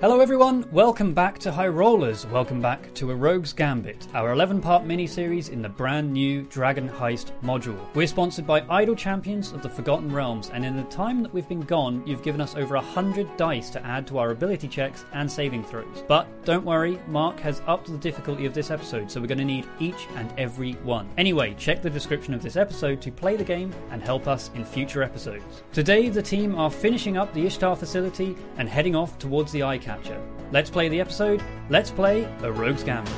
Hello, everyone. Welcome back to High Rollers. Welcome back to A Rogue's Gambit, our 11 part miniseries in the brand new Dragon Heist module. We're sponsored by Idle Champions of the Forgotten Realms, and in the time that we've been gone, you've given us over 100 dice to add to our ability checks and saving throws. But don't worry, Mark has upped the difficulty of this episode, so we're going to need each and every one. Anyway, check the description of this episode to play the game and help us in future episodes. Today, the team are finishing up the Ishtar facility and heading off towards the eye catcher. Let's play the episode. Let's play A Rogue's Gambit.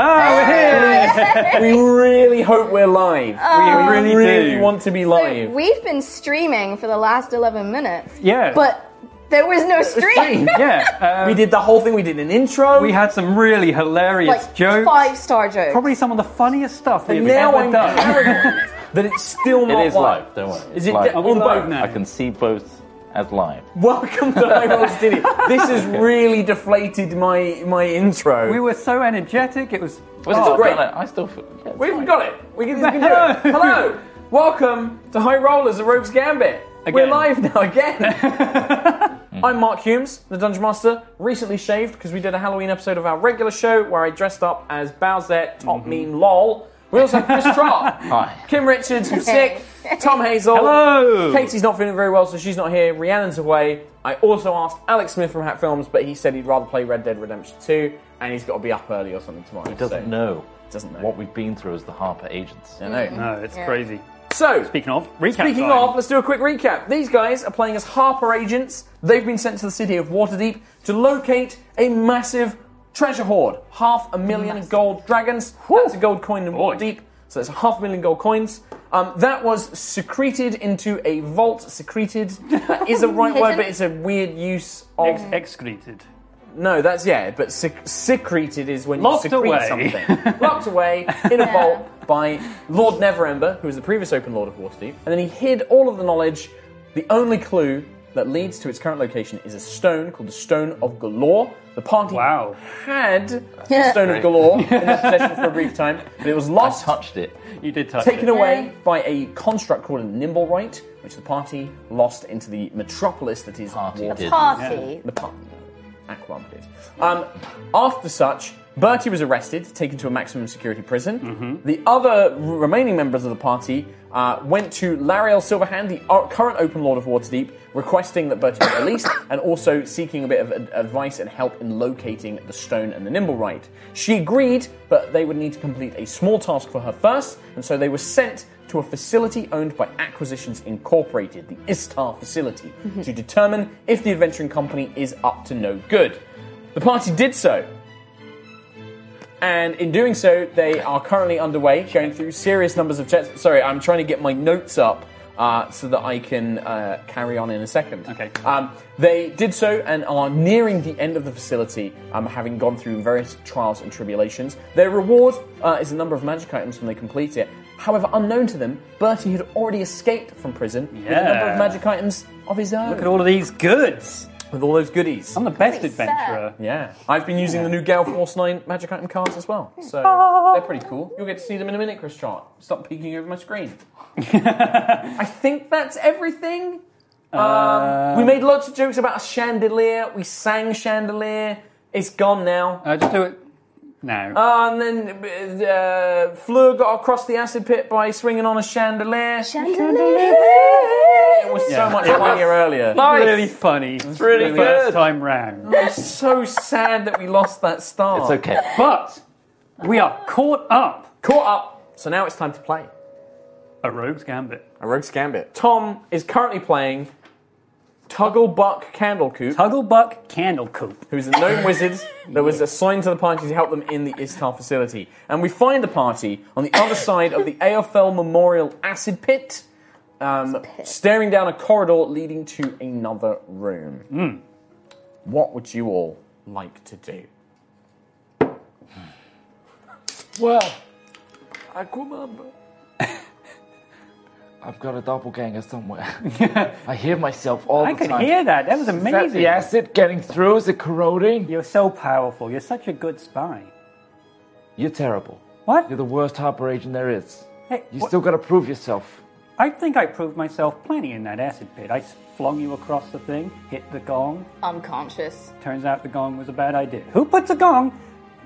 Ah, Oh, we're here! we really hope we're live. we really, do. want to be live. We've been streaming for the last 11 minutes. Yeah. But there was no stream. yeah, we did the whole thing. We did an intro. Uh, We had some really hilarious like jokes. five star jokes. Probably some of the funniest stuff we've and now ever I'm done. paranoid that it's still It not is live. live, don't worry. Is it live. on both now? I can see both as live. Welcome to High Roll Studio. This has really deflated my my intro. We were so energetic. It was. We're Oh, still great. feeling it. I still feel. yeah, it's We've fine. got it. We can, we can do it. Hello. Welcome to High Rollers, the Rogues Gambit. We're Again. live now again. I'm Mark Humes, the Dungeon Master, recently shaved because we did a Halloween episode of our regular show where I dressed up as Bowser, Top Mean Lol. We also have Chris Trott, Mm-hmm. Hi. Kim Richards, who's sick, Tom Hazel. Hello. Katie's not feeling very well, so she's not here. Rhiannon's away. I also asked Alex Smith from Hat Films, but he said he'd rather play Red Dead Redemption 2, and he's got to be up early or something tomorrow. He doesn't so- know. Doesn't know. what we've been through as the Harper agents. I know. No, it's crazy. So, Speaking of, recap Speaking time. of, let's do a quick recap. These guys are playing as Harper agents. They've been sent to the city of Waterdeep to locate a massive treasure hoard. Half a million gold dragons. That's a gold coin in Waterdeep. So that's half a million gold coins. Um, that was secreted into a vault. Secreted that is the right word, but it's a weird use of. Ex- excreted. No, that's yeah, but sec- secreted is when Locked you secrete away. something. Locked away in a vault by Lord Neverember, who was the previous Open Lord of Waterdeep, and then he hid all of the knowledge. The only clue that leads to its current location is a stone called the Stone of Galore. The party Wow. had the Stone of Galore in their possession for a brief time, but it was I lost touched it. You did touch taken it. away by a construct called a Nimblewright, which the party lost into the metropolis that is Party Waterdeep. did. Party. The pub. Aqualung did. Um, after such, Bertie was arrested, taken to a maximum security prison. The other r- remaining members of the party uh, went to Lariel Silverhand, the o- current Open Lord of Waterdeep, requesting that Bertie be released and also seeking a bit of ad- advice and help in locating the stone and the nimble right. She agreed, but they would need to complete a small task for her first, and so they were sent to a facility owned by Acquisitions Incorporated, the Istar facility, to determine if the adventuring company is up to no good. The party did so. And in doing so, they are currently underway, going through serious numbers of checks. Sorry, I'm trying to get my notes up uh, so that I can uh, carry on in a second. Okay. Um, they did so and are nearing the end of the facility, um, having gone through various trials and tribulations. Their reward uh, is a number of magic items when they complete it. However, unknown to them, Bertie had already escaped from prison with a number Yeah. of magic items of his own. Look at all of these goods. with all those goodies. I'm the best Pretty adventurer. Yeah, Hmm. I've been using the new Gale Force 9 magic item cards as well, so they're pretty cool. You'll get to see them in a minute, Chris Chart. Stop peeking over my screen. I think that's everything. Um, we made lots of jokes about a chandelier. We sang chandelier. It's gone now. Uh, just do it. now. Uh, and then uh, Fleur got across the acid pit by swinging on a chandelier. It was so much funnier earlier. Nice. Really funny. It's really First good. time round. It's so sad that we lost that star. It's okay. But we are caught up. Caught up. So now it's time to play. A rogue's gambit. A rogue's gambit. Tom is currently playing Tugglebuck Candlecoop, Tugglebuck Candlecoop. who's a gnome wizard that was assigned to the party to help them in the Istar facility. And we find the party on the other side of the AFL Memorial Acid Pit, um, staring down a corridor leading to another room. What would you all like to do? Well, Aquamamba. I've got a doppelganger somewhere. I hear myself all I the time. could hear that. That was Is that amazing. the acid getting through? Is it corroding? You're so powerful. You're such a good spy. You're terrible. What? You're the worst Harper agent there is. Hey, You what- still gotta prove yourself. I think I proved myself plenty in that acid pit. I flung you across the thing, hit the gong. Unconscious. Turns out the gong was a bad idea. Who puts a gong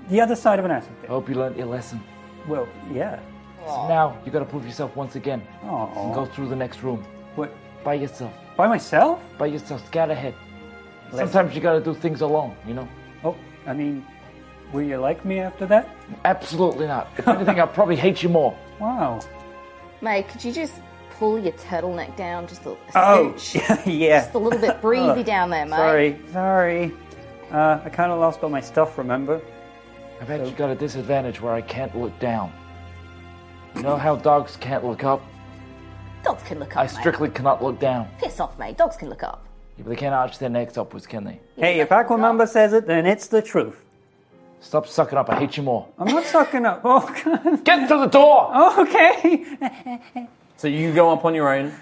the other side of an acid pit? I hope you learned your lesson. Well, yeah. So now you gotta prove yourself once again. And go Oh. through the next room. What? By yourself. By myself? By yourself. Scout ahead. Sometimes you gotta do things alone, you know? Oh, I mean, will you like me after that? Absolutely not. If anything, I'll probably hate you more. Wow. Mate, could you just pull your turtleneck down just a, a smooch? yeah. Just a little bit breezy down there, mate. Sorry, sorry. Uh, I kind of lost all my stuff, remember? I bet you got a disadvantage where I can't look down. You know how dogs can't look up? Dogs can look up. I strictly cannot look down. Mate. Piss off, mate. Dogs can look up. Yeah, but they can't arch their necks upwards, can they? Hey, if Aquamamba says it, then it's the truth. Stop sucking up. I hate you more. I'm not sucking up. Oh, God. Get to the door! okay. So you go up on your own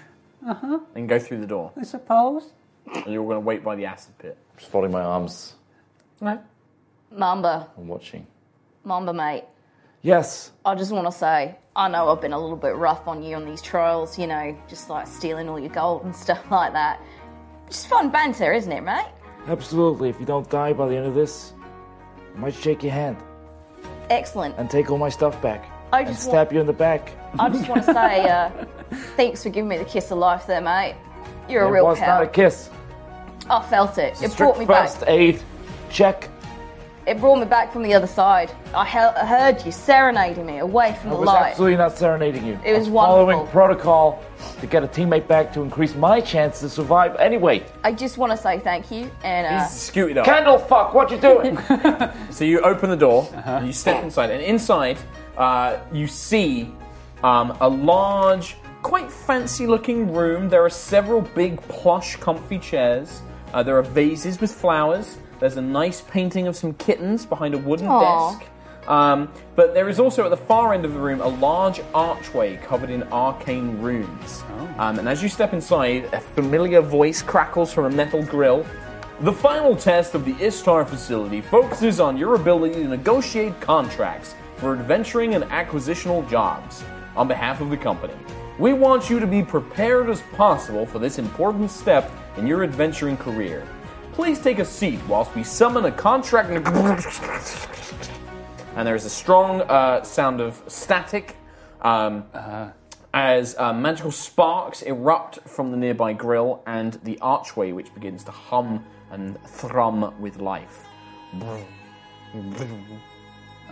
and go through the door. I suppose. And you're going to wait by the acid pit. Just folding my arms Mamba, and watching. Mamba, mate. Yes. I just want to say, I know I've been a little bit rough on you on these trials, you know, just like stealing all your gold and stuff like that. Just fun banter, isn't it, mate? Absolutely. If you don't die by the end of this, I might shake your hand Excellent. and take all my stuff back. I and just stab want, you in the back. I just want to say, uh, thanks for giving me the kiss of life there, mate. You're a it real was pal. not a kiss. I felt it. It Strict brought me first back. aid. Check. It brought me back from the other side. I, he- I heard you serenading me away from I the was light. absolutely not serenading you. It was I following wonderful. protocol to get a teammate back to increase my chance to survive. Anyway, I just want to say thank you and uh, Scoot it up. Kendall, fuck, what you doing? So you open the door, and you step inside, and inside uh, you see um, a large, quite fancy-looking room. There are several big plush, comfy chairs. Uh, there are vases with flowers. There's a nice painting of some kittens behind a wooden Aw. desk. Um, but there is also at the far end of the room a large archway covered in arcane runes. Um, and as you step inside, a familiar voice crackles from a metal grill. The final test of the Istar facility focuses on your ability to negotiate contracts for adventuring and acquisitional jobs on behalf of the company. We want you to be prepared as possible for this important step in your adventuring career. Please take a seat whilst we summon a contract. and there is a strong uh, sound of static um, as uh, magical sparks erupt from the nearby grill and the archway, which begins to hum and thrum with life.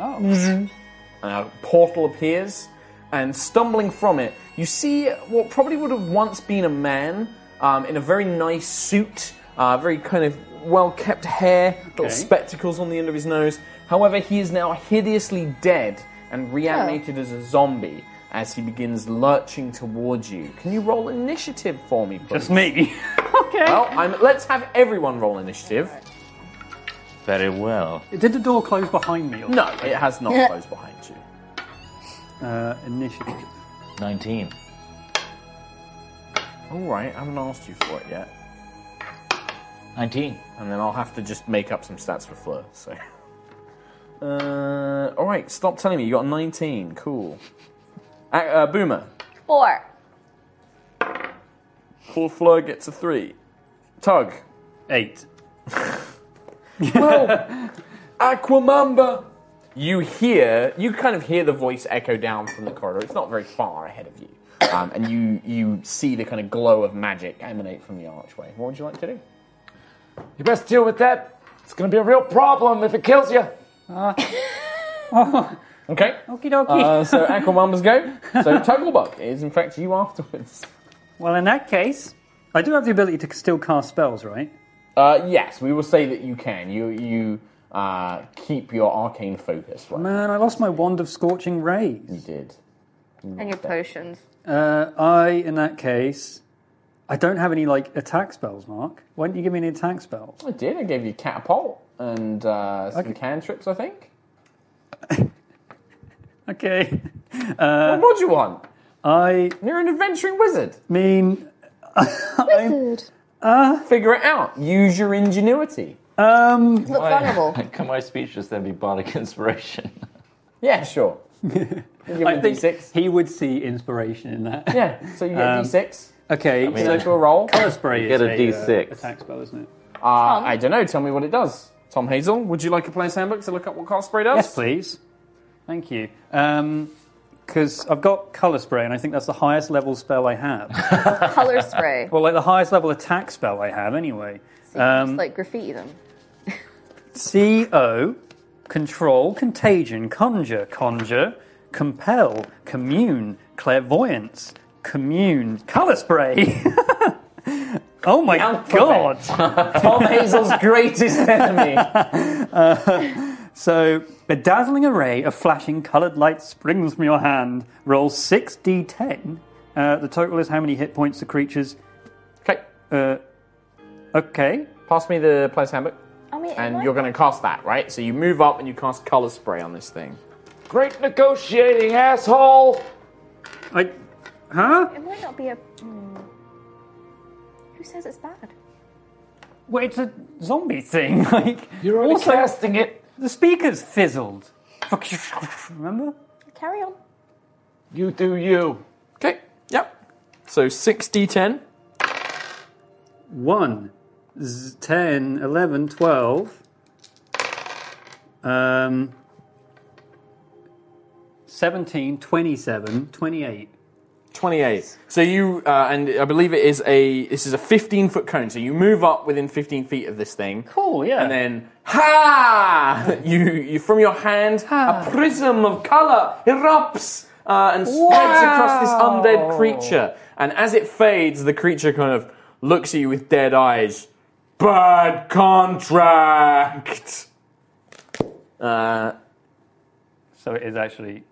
Oh. And a portal appears, and stumbling from it, you see what probably would have once been a man um, in a very nice suit, uh, very kind of well kept hair, little spectacles on the end of his nose. However, he is now hideously dead and reanimated as a zombie as he begins lurching towards you. Can you roll initiative for me, please? Just me. okay. Well, I'm, let's have everyone roll initiative. Very well. Did the door close behind me? Or No, it has not closed behind you. Uh, initiative. 19. All right, I haven't asked you for it yet. 19. and then I'll have to just make up some stats for Fleur. So, uh, all right, stop telling me you got a 19. Cool. Uh, uh, Boomer, four. full Fleur gets a three. Tug, Eight. Aquamamba, you hear you kind of hear the voice echo down from the corridor. It's not very far ahead of you, um, and you you see the kind of glow of magic emanate from the archway. What would you like to do? You best deal with that. It's gonna be a real problem if it kills you. Okay. Okie dokie. Uh, so Aquamambas go. So Tugglebuck is in fact you afterwards. well, in that case, I do have the ability to still cast spells, right? Uh, yes, we will say that you can. You you uh, keep your arcane focus. Right? Man, I lost my wand of scorching rays. You did. And your potions. Uh, I, in that case, I don't have any like attack spells, Mark. Why didn't you give me any attack spells? I did. I gave you catapult and uh, some Okay. cantrips. I think. Okay. Uh, what more do you want? I You're an adventuring wizard. mean, Wizard. Figure it out. Use your ingenuity. um, Look vulnerable. Can my speech just then be bardic inspiration? Yeah, sure. Give I it think d6. he would see inspiration in that. Yeah, so you get Um, d6. Okay. mean- So for a roll, uh, color spray is Get a uh, D6. attack spell, isn't it? I don't know. Tell me what it does. Tom Hazel, would you like a player's handbook to look up what cast spray does? Yes, please. Thank you. Because I've got color spray, and I think that's the highest level spell I have. Color spray. well, like the highest level attack spell I have, anyway. Um, Just like graffiti them. CO, control, contagion, conjure, conjure, compel, commune, clairvoyance, commune, color spray. oh my Alphabet. god! Tom Hazel's greatest enemy. So, a dazzling array of flashing coloured lights springs from your hand. Roll 6d10. Uh, the total is how many hit points the creature's. Okay, Uh, okay. pass me the player's handbook. I mean, am And I- you're going to cast that, right? So you move up and you cast color spray on this thing. Great negotiating, asshole. I, huh? It might not be a. Hmm. Who says it's bad? Well, it's a zombie thing. Like You're already also- casting it. The speaker's fizzled. Remember? Carry on. You do you. Okay, yep. So 6d10. 1, z- 10, 11, 12. Um, 17, 27, 28. 28. So you, uh, and I believe it is a, this is a 15 foot cone. So you move up within 15 feet of this thing. Cool, Oh, yeah. And then, ha! You, you from your hand, a prism of color erupts uh, and spreads across this undead creature. And as it fades, the creature kind of looks at you with dead eyes. Bad contract. Uh, So it is actually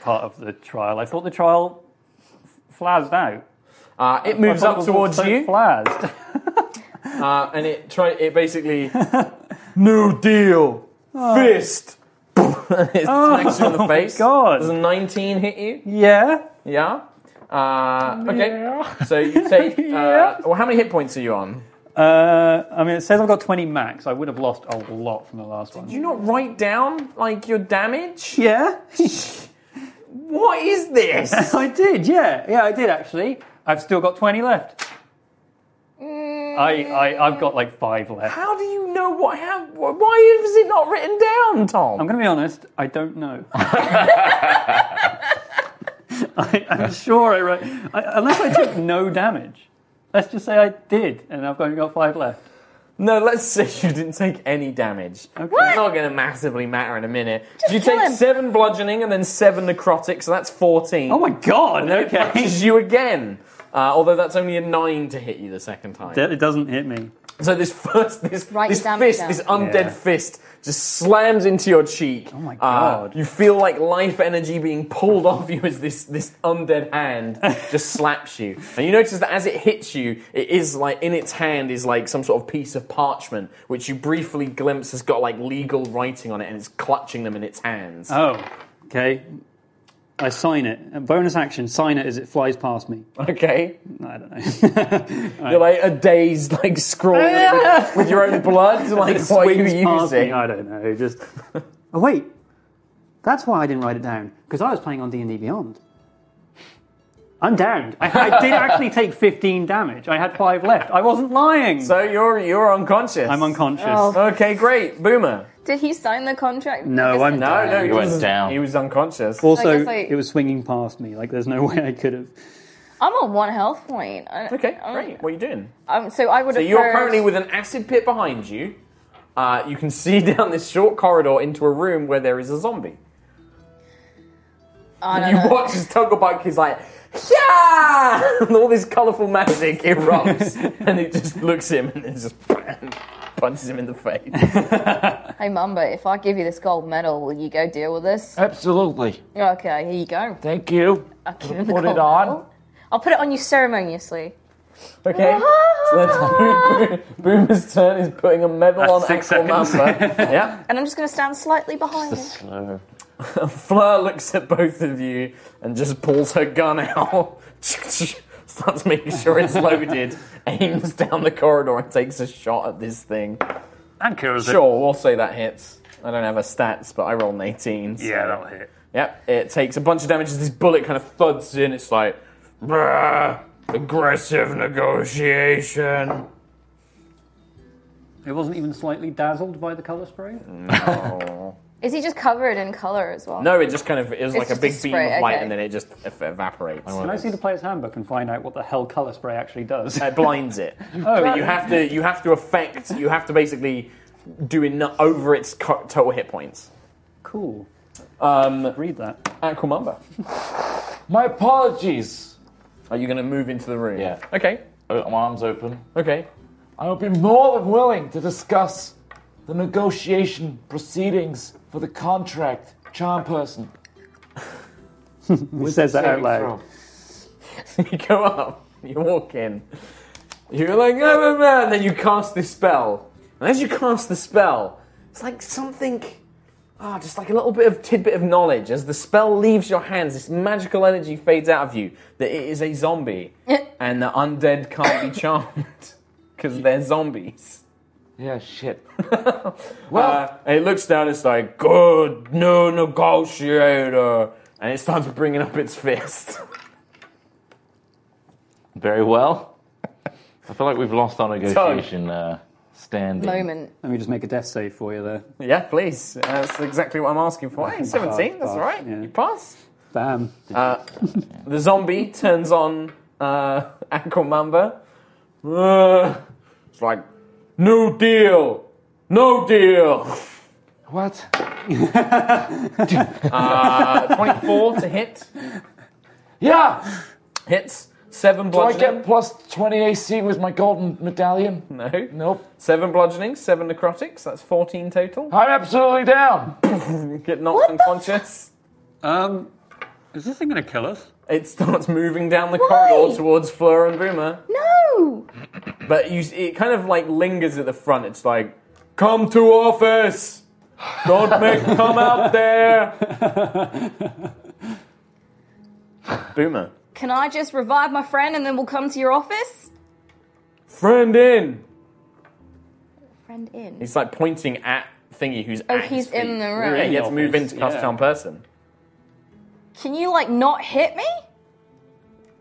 part of the trial. I thought the trial f- flazzed out. uh, it moves I thought up it was all towards so you. Flazzed. Uh, and it try it basically no deal Oh. fist. it smacks you in the face. God. Does a 19 hit you? yeah. Yeah. Uh, okay. So you take. Uh, Yeah. Well, how many hit points are you on? Uh, I mean, it says I've got 20 max. I would have lost a lot from the last one. Do you not write down like your damage? yeah. What is this? I did, yeah. Yeah, I did actually. I've still got 20 left. I, I, I've got like five left. how do you know what? How, why is it not written down, Tom? I'm going to be honest, I don't know. I, I'm sure I wrote, I, unless I took no damage. Let's just say I did, and I've only got five left. No, let's say you didn't take any damage. It's not going to massively matter in a minute. you kill take him. seven bludgeoning and then seven necrotic, so that's 14. Oh my god! And then it Okay. punches you again. Uh, although that's only a nine to hit you the second time. It doesn't hit me. so this first, this, Write this your damage fist, down. this undead Yeah. fist, just slams into your cheek. Oh my God. you feel like life energy being pulled off you as this this undead hand just slaps you. And you notice that as it hits you, it is like in its hand is like some sort of piece of parchment, which you briefly glimpse has got like legal writing on it, and it's clutching them in its hands. Oh, okay. I sign it. A bonus action, sign it as it flies past me. Okay. I don't know. All right. You're like a dazed, like scrawled with, with your own blood, like It what are you swings past me, using? I don't know. Just oh wait, that's why I didn't write it down because I was playing on D and D Beyond. I'm downed. I, I did actually take 15 damage. I had five left. I wasn't lying. So you're you're unconscious. I'm unconscious. Oh. Okay, great, Boomer. Did he sign the contract? No, I guess I'm- it No, doesn't. No, no, he, He went was, down. He was unconscious. Also, guess I- it was swinging past me. Like, there's no way I could have. I'm on one health point. I- Okay, I'm- great. What are you doing? Um, so I would. So have you're heard- currently with an acid pit behind you. Uh, you can see down this short corridor into a room where there is a zombie. I don't know. You watch as Tugglebike is like, yeah! And all this colourful magic erupts. and it just looks at him and then just punches him in the face. Hey, Mumba, if I give you this gold medal, will you go deal with this? Absolutely. Okay, here you go. Thank you. I'll give him the Put gold it on. medal. I'll put it on you ceremoniously. Okay. so that's Boomer's turn is putting a medal on six Axel seconds. Mamba. yeah. And I'm just going to stand slightly behind him. Slow. Fleur looks at both of you and just pulls her gun out. Starts making sure it's loaded, aims down the corridor and takes a shot at this thing. And kills Sure, we'll say that hits. I don't have a stats, but I roll an 18. so- Yeah, that'll hit. Yep, it takes a bunch of damage as this bullet kind of thuds in. It's like, "Bruh, aggressive negotiation. It wasn't even slightly dazzled by the color spray. Is he just covered in color as well? No, it just kind of is like a just a big beam spray, of light okay. and then it just ev- evaporates. Can I see the player's handbook and find out what the hell color spray actually does? Oh, It blinds it. but you have to you have to affect you have to basically do enough over its co- total hit points. cool. Um, Read that. Aquamamba, My apologies. are you going to move into the room? Yeah. Okay. Oh, my arms open. Okay. I will be more than willing to discuss the negotiation proceedings for the contract. Charm person. It says that out Saving loud. you go up, you walk in, you're like, "Ah, blah, blah," and then you cast this spell. And as you cast the spell, it's like something, ah, just like a little bit of tidbit of knowledge. As the spell leaves your hands, this magical energy fades out of you that it is a zombie. and the undead can't be charmed because they're zombies. throw. Yeah, shit. Uh, and it looks down, it's like, good new negotiator. And it starts bringing up its fist. Very well. I feel like we've lost our negotiation uh, standing. Moment. Let me just make a death save for you there. Yeah, please. Uh, That's exactly what I'm asking for. Hey, 17, that's pass, all right. yeah. You pass. Bam. The zombie turns on uh, Ankle Mamba. Uh, it's like, no deal, no deal. What? 24 to hit. Yeah! Hits. Seven Do I bludgeoning. get plus 20 AC with my golden medallion? No. Nope. Seven bludgeoning, seven necrotics. That's 14 total. I'm absolutely down. Get knocked unconscious. Um, is this thing going to kill us? It starts moving down the Why? corridor towards Fleur and Boomer. No! But you, it kind of like lingers at the front. It's like, come to office. Don't make come out there. Boomer, Can I just revive my friend and then we'll come to your office? friend in. Friend in. He's like pointing at Thingy, who's Oh, at his he's in feet. the room. Yeah, he has to Office, move into cast yeah. charm person. Can you, like, not hit me?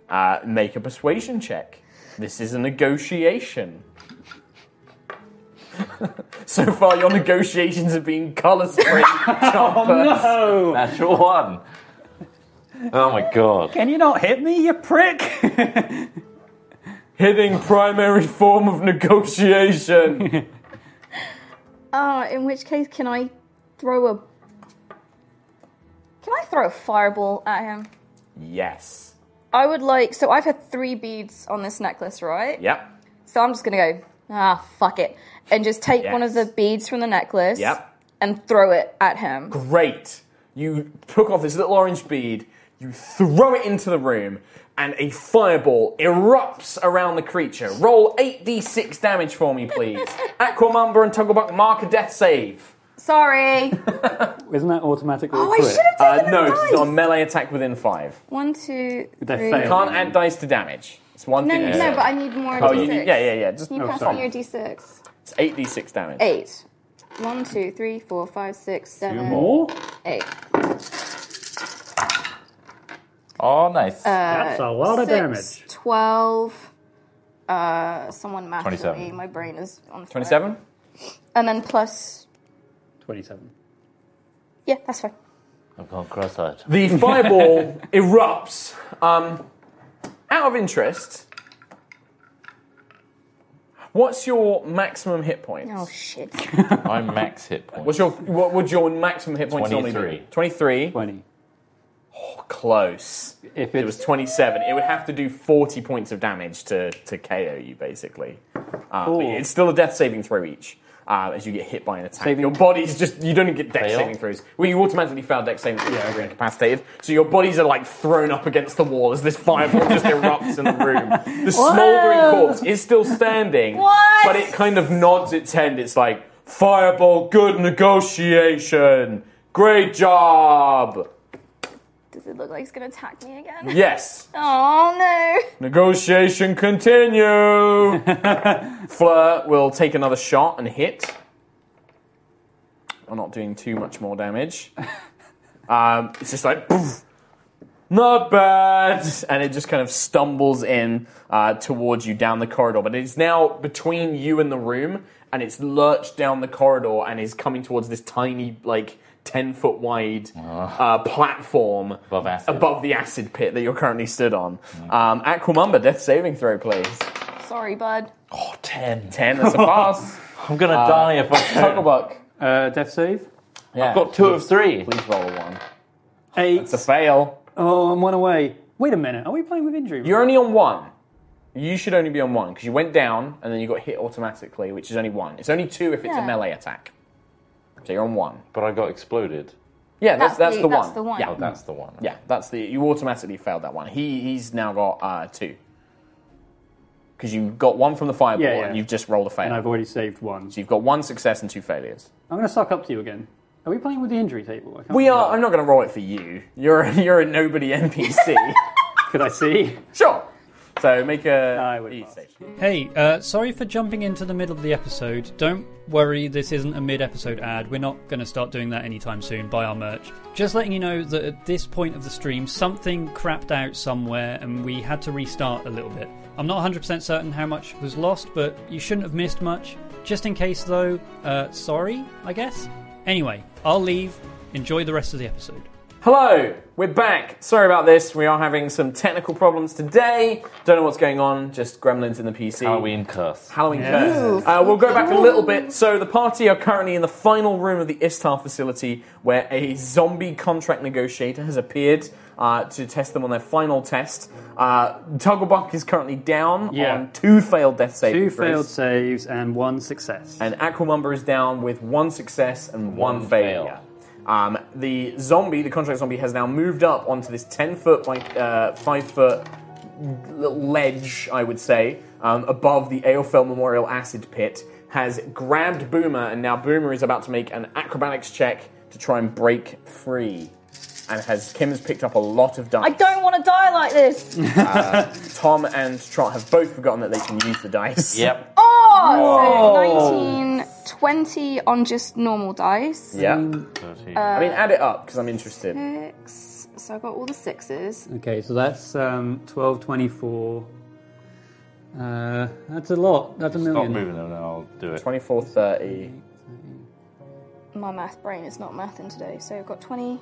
Uh, make a persuasion check. This is a negotiation. so far, your negotiations have been color spray. oh, No! Natural one. Oh my god. Can you not hit me, you prick? Hitting primary form of negotiation. Uh, in which case, can I throw a. Can I throw a fireball at him? yes. I would like. So I've had three beads on this necklace, right? Yep. So I'm just going to go, ah, fuck it. And just take one of the Yes. beads from the necklace Yep. and throw it at him. Great. You took off this little orange bead, you throw it into the room, and a fireball erupts around the creature. Roll 8d6 damage for me, please. Aquamamba and Tugglebuck mark a death save. Sorry. Isn't that automatically a Oh, I crit? should have Uh, taken no, the because dice. it's on melee attack within five. One, two, They three. failed. Can't add dice to damage. It's one No, thing. no, to say. but I need Oh, more Oh, d6. you, yeah, yeah, yeah. Just Can you no, pass sorry. me your d6? It's 8d6 damage. Eight. One, two, three, four, five, six, seven, More? eight. Oh, nice. That's a lot of Six, damage. twelve. Uh, someone math 27. me. My brain is on fire. 27? And then plus 27. Yeah, that's fine. I've gone cross-eyed. The fireball erupts. Um, out of interest, what's your maximum hit point? Oh shit. My max hit point. What's your what would your maximum hit points normally be? Twenty-three. 20. Close. If It was twenty-seven. It would have to do forty points of damage to to KO you, basically. Uh, but Ooh. it's still a death saving throw each. Uh, as you get hit by an attack, Saving- your body's just—you don't get dex Fail? saving throws. Well, you automatically fail dex saving throws. Yeah, incapacitated. So your bodies are like thrown up against the wall as this fireball just erupts in the room. The smoldering corpse is still standing, What? but it kind of nods its head. It's like fireball, good negotiation, great job. Does it look like it's gonna attack me again? Yes. Oh no. Negotiation continue. Fleur will take another shot and hit. I'm not doing too much more damage. Um, it's just like, poof, not bad. And it just kind of stumbles in uh, towards you down the corridor. But it's now between you and the room, and it's lurched down the corridor and is coming towards this tiny, like, 10 foot wide uh, platform Ah. Above acid. Mm. above the acid pit that you're currently stood on. Um, Aquamumba, death saving throw, please. Sorry, bud. Oh, 10. 10, that's a pass. I'm going to die if I don't. Tugglebuck. Uh, death save? Yeah. I've got two of three. Please roll a one. Eight. It's a fail. Oh, I'm one away. Wait a minute. Are we playing with injury? You're only on one. You should only be on one because you went down and then you got hit automatically, which is only one. It's only two if it's a Yeah. melee attack. So you're on one. But I got exploded. Yeah, that's That's that's, the, the- one. that's the one. Yeah, That's the one. yeah, that's the you automatically failed that one. He he's now got uh, two because you got one from the fireball Yeah, yeah. and you've just rolled a fail. and I've already saved one. so you've got one success and two failures. I'm going to suck up to you again. Are we playing with the injury table? I can't We remember. are. I'm not going to roll it for you. You're you're a nobody NPC. Could I see? sure. So make a. I would you pass. save. Hey, uh, sorry for jumping into the middle of the episode. Don't worry, this isn't a mid episode ad. We're not going to start doing that anytime soon. Buy our merch. Just letting you know that at this point of the stream, something crapped out somewhere and we had to restart a little bit. I'm not 100% certain how much was lost, but you shouldn't have missed much. Just in case, though, uh, sorry, I guess. Anyway, I'll leave. Enjoy the rest of the episode. Hello, we're back. Sorry about this. We are having some technical problems today. Don't know what's going on. Just gremlins in the PC. Halloween curse. Halloween curse. Uh, we'll go back a little bit. So the party are currently in the final room of the Istar facility, where a zombie contract negotiator has appeared uh, to test them on their final test. Uh, Tugglebuck is currently down Yeah. on two failed death saving Two throws. failed saves and one success. and Aquamumba is down with one success and one, One failure. Um, the zombie, the contract zombie, has now moved up onto this ten foot by uh, five foot little ledge, I would say, um, above the Aofel Memorial Acid Pit. Has grabbed Boomer, and now Boomer is about to make an acrobatics check to try and break free. And has Kim has picked up a lot of dice. Uh, I don't want to die like this. Tom and Trot have both forgotten that they can use the dice. Yep. Oh, so 19, 20 on just normal dice. Yeah. I Uh, mean, add it up because I'm interested. Six. So I got all the sixes. Okay, so that's um, 12, 24. Uh, that's a lot. That's a Stop million. moving them now, I'll do it. 24, 30. My math brain is not mathing today. So I've got 20.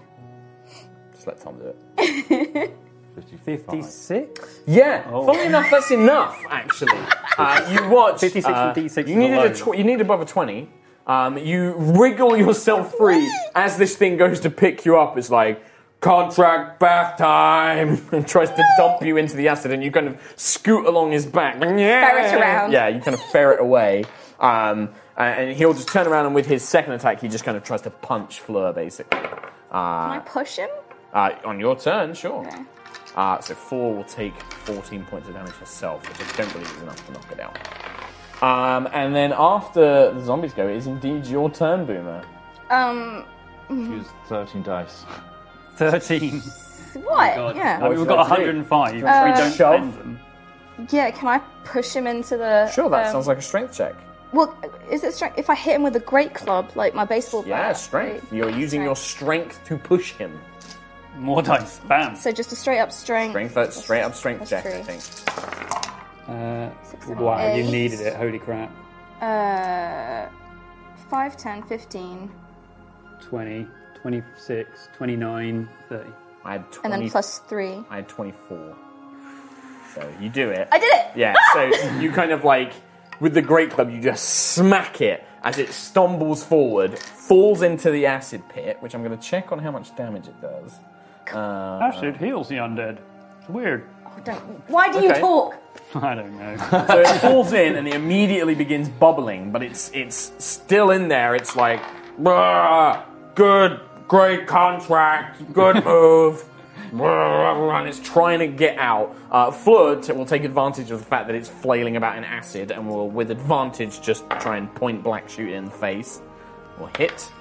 Just let Tom do it. 55. 56? Yeah, funnily enough, that's enough, actually. Uh, you watch. 56 and uh, D6 You needed, a alone. tw- you needed above a 20. Um, you wriggle yourself free as this thing goes to pick you up. It's like, contract bath time! And tries to dump you into the acid, and you kind of scoot along his back. Like, yeah. Ferret around. Yeah, you kind of ferret away. Um, and and he'll just turn around, and with his second attack, he just kind of tries to punch Fleur, basically. Can I push him? Uh, on your turn, sure. Okay. Uh, so four will take 14 points of damage herself, which I don't believe is enough to knock it out. Um, and then after the zombies go, it is indeed your turn, Boomer. Um, Use 13 dice. 13. what? yeah. I mean, would Oh, we've you got like to do? 105. Uh, we don't shove. spend them. Yeah, can I push him into the. Sure, that um, sounds like a strength check. Well, is it strength? If I hit him with a great club, like my baseball bat. Yeah, strength. right? You're using your strength to push him. More dice. Bam. So just a straight up strength. Strength, that's straight up strength check, That's I true. think. Uh, Six and wow, you eight. needed it. Holy crap. Uh, 5, 10, 15, 20, 26, 29, 30. I had 20, And then plus three. I had 24. So you do it. I did it! Ah! Yeah, so you kind of like, with the great club, you just smack it as it stumbles forward, falls into the acid pit, which I'm going to check on how much damage it does. Uh, Acid Oh, heals the undead. It's weird. Oh, don't- Why do you Okay. talk? I don't know. so it falls in and it immediately begins bubbling, but it's it's still in there. It's like, "Bruh, good, great contract, good move. Bruh, and it's trying to get out. Uh, Flood will take advantage of the fact that it's flailing about in acid and will, with advantage, just try and point black shoot it in the face or hit.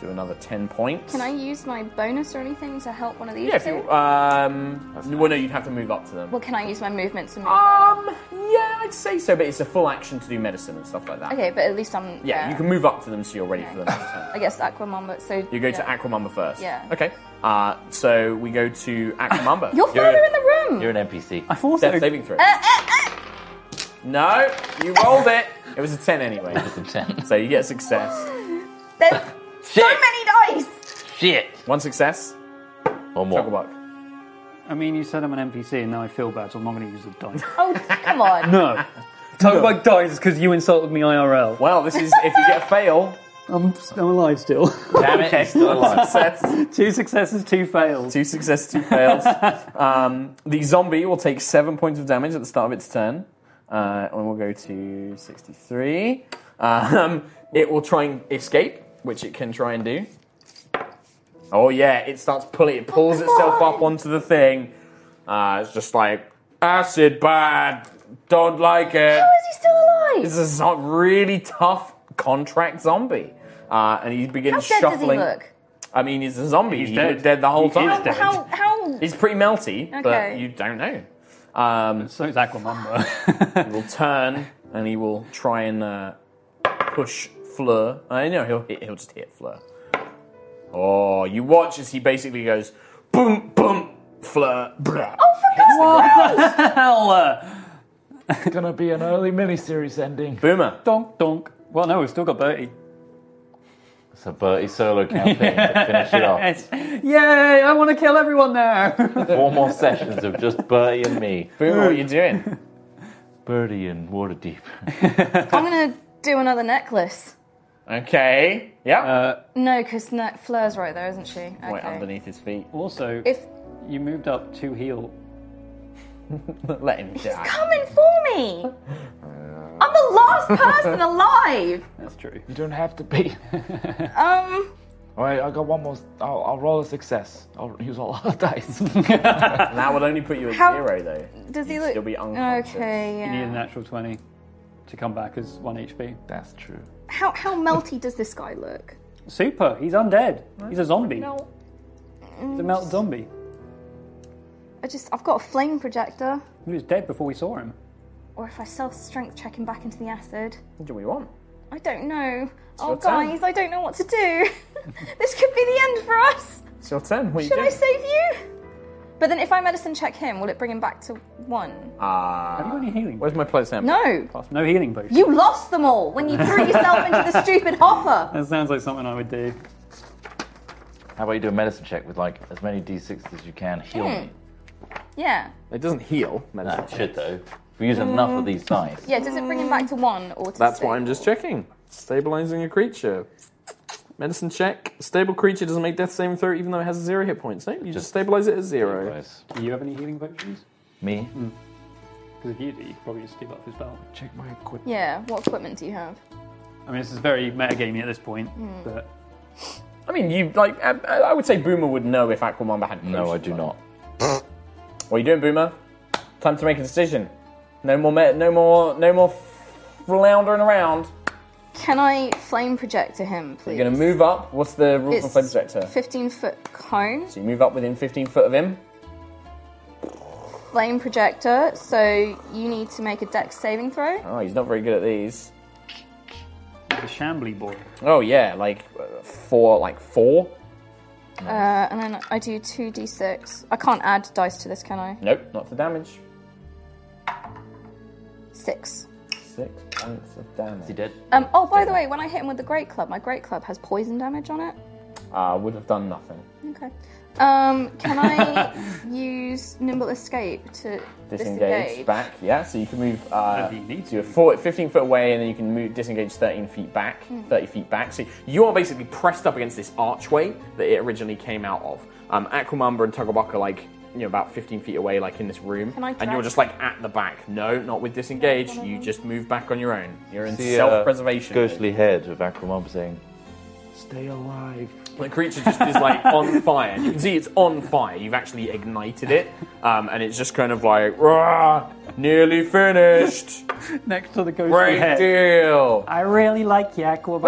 Do another 10 points. Can I use my bonus or anything to help one of these Yeah, if two? you. Um, well, no, you'd have to move up to them. well, can I use my movements and move? Um, yeah, I'd say so, but it's a full action to do medicine and stuff like that. okay, but at least I'm. Yeah, you can move up to them so you're ready for them. I guess Aquamamba. So You go to yeah. Aquamamba first. Yeah. Okay. Uh, so we go to Aquamamba. You're You're- further in the room. You're an NPC. I thought Death so. saving throw. Uh, uh, uh. No, you rolled it. It was a 10 anyway. Shit. So you get a success. There's so many dice. Shit. One success, One more. Chucklebuck. I mean, you said I'm an NPC and now I feel bad, so I'm not going to use the dice. Oh, come on. no. Tugbuck dies because you insulted me IRL. Well, this is if you get a fail, I'm, I'm alive still. Damn it, okay. he's still alive. success. two successes, two fails. Two successes, two fails. Um, the zombie will take seven points of damage at the start of its turn. Uh, and we'll go to 63. Um, it will try and escape, which it can try and do. Oh, yeah, it starts pulling, it pulls come itself on. up onto the thing. Uh, it's just like, acid bad, don't like it. How is he still alive? This is a really tough contract zombie. Uh, and he How begins dead does he shuffling. look? I mean, he's a zombie. He's he dead. looked dead the whole He time. is dead. How? How? He's pretty melty, but Okay. you don't know. Um, So it's Aquamamba. he'll turn and he will try and uh, push Fleur. I know he'll hit, he'll just hit Fleur. Oh, you watch as he basically goes boom, boom, Fleur, blah. Oh, Hell! uh, It's gonna be an early miniseries ending. Boomer. Donk, donk. Well, no, we've still got Bertie. So Bertie solo campaign to finish it off. Yes. Yay, I want to kill everyone now. Four more sessions of just Bertie and me. Boomer, what are you doing? Bertie and Waterdeep. I'm gonna do another necklace. Okay. Yeah. No, because ne- Fleur's right there, isn't she? Okay. Wait, underneath his feet. also, If you moved up to heal. Let him he's die. coming for me. I'm the last person alive. That's true. You don't have to be. Um, All right, I got one more. I'll, I'll roll a success. I'll use all our dice. That would only put you at How- zero, though. does he You'd look? still be unconscious. Okay, You need a yeah. natural 20 to come back as 1 HP. That's true. How how melty does this guy look? Super, he's undead. He's a zombie. He's a melted zombie. I just I've got a flame projector. He was dead before we saw him. Or if I self strength check him back into the acid. What do we want? I don't know. Oh your turn. guys, I don't know what to do. this could be the end for us. It's your turn. What are you Should I doing? save you? But then if I medicine check him, will it bring him back to one? Ah. Have you got any healing? Where's my plus sample? No. No healing potion. You lost them all when you threw yourself into the stupid hopper. That sounds like something I would do. How about you do a medicine check with like as many d6s as you can? Heal me. Yeah. It doesn't heal. Nah, it should though. We use enough of these dice. Yeah, does it bring him back to one or to That's six? why I'm just checking. Stabilizing a creature. Medicine check. A stable creature doesn't make death saving throw even though it has zero hit points. No, you just, Just- stabilize it at zero. Guys, Do you have any healing potions? Me? Because if you do, you could probably just give up his spell. Check my equipment. Yeah, what equipment do you have? I mean, this is very metagamey at this point, but I mean, you like. I, I would say Boomer would know if Aquamamba had. No, I potions, do but- not. What are you doing, Boomer? Time to make a decision. No more. Me- no more. No more floundering around. Can I flame projector him, please? You're gonna move up. What's the rule for It's flame projector? 15 foot cone, So you move up within 15 foot of him. flame projector, so you need to make a dex saving throw. Oh, he's not very good at these. he's a shambly boy. Oh yeah, like uh, four. Like four. Uh, and then I do 2d6. I can't add dice to this, can I? Nope, not for damage. Six. Six points of damage. Is he dead? Um, oh, by the way, when I hit him with the Great Club, my Great Club has poison damage on it. uh, would have done nothing. Okay. Um, can I use nimble escape to Disengage, disengage? back, yeah. So you can move. Uh, If you need so you're to. four, 15 foot away, and then you can move disengage 13 feet back, Hmm. 30 feet back. So you are basically pressed up against this archway that it originally came out of. Um, Aquamumba and Tugabok are like you know about 15 feet away, like in this room, Can I and you're drag- just like at the back. No, not with disengage. You just move back on your own. You're in The, uh, self-preservation. mode. ghostly head of Aquamump saying, Stay alive. The creature just is like on fire. You can see it's on fire. You've actually ignited it, um, and it's just kind of like, "Rah, nearly finished. Next to the ghost Great head. deal. I really like Yakwa.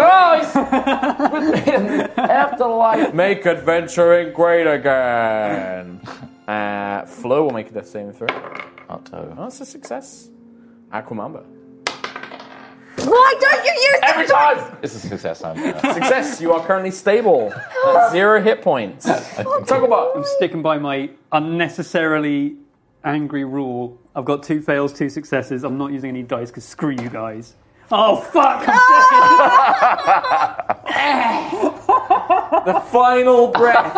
Afterlife. Make adventuring great again. Uh, Flo will make a death saving throw. Otto. That's a success. Aquamamba. Why don't you use Every time! It's a success. I'm, uh, Success. You are currently stable. At zero hit points. Tugglebot. Sticking by my unnecessarily angry rule. I've got two fails, two successes. I'm not using any dice because screw you guys. Oh fuck! The final breath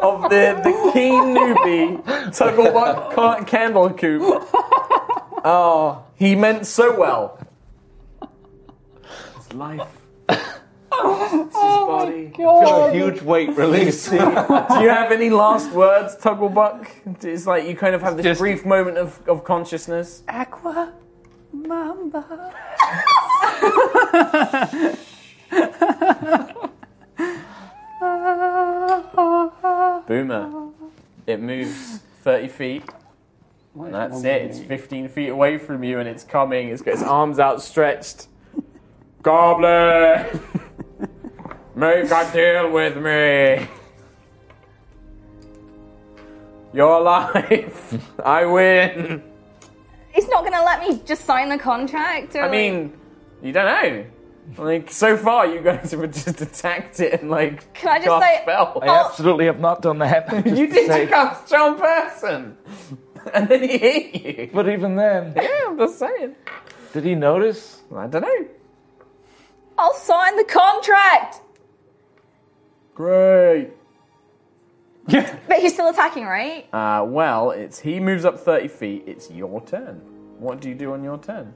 of the, the keen newbie, Tugglebot Ca- Candlecoop. Oh, he meant so well. It's life. It's his body. a huge weight release. Do you have any last words, Tugglebuck? It's like you kind of have this Just- brief moment of, of consciousness. Aqua, Mamba. Boomer. It moves 30 feet. And that's it. It's 15 feet away from you and it's coming. It's got its arms outstretched. Goblin! Make a deal with me! Your life! I win! It's not going to let me just sign the contract. Or I mean, you don't know. Like so far, you guys have just attacked it and like Can I just cast say- spell. Oh! I absolutely have not done that. you did you cast strong person, and then he hit you. But even then, Yeah, I'm just saying. did he notice? I don't know. I'll sign the contract. Great. But he's still attacking, right? Uh, well, it's he moves up thirty feet. It's your turn. What do you do on your turn?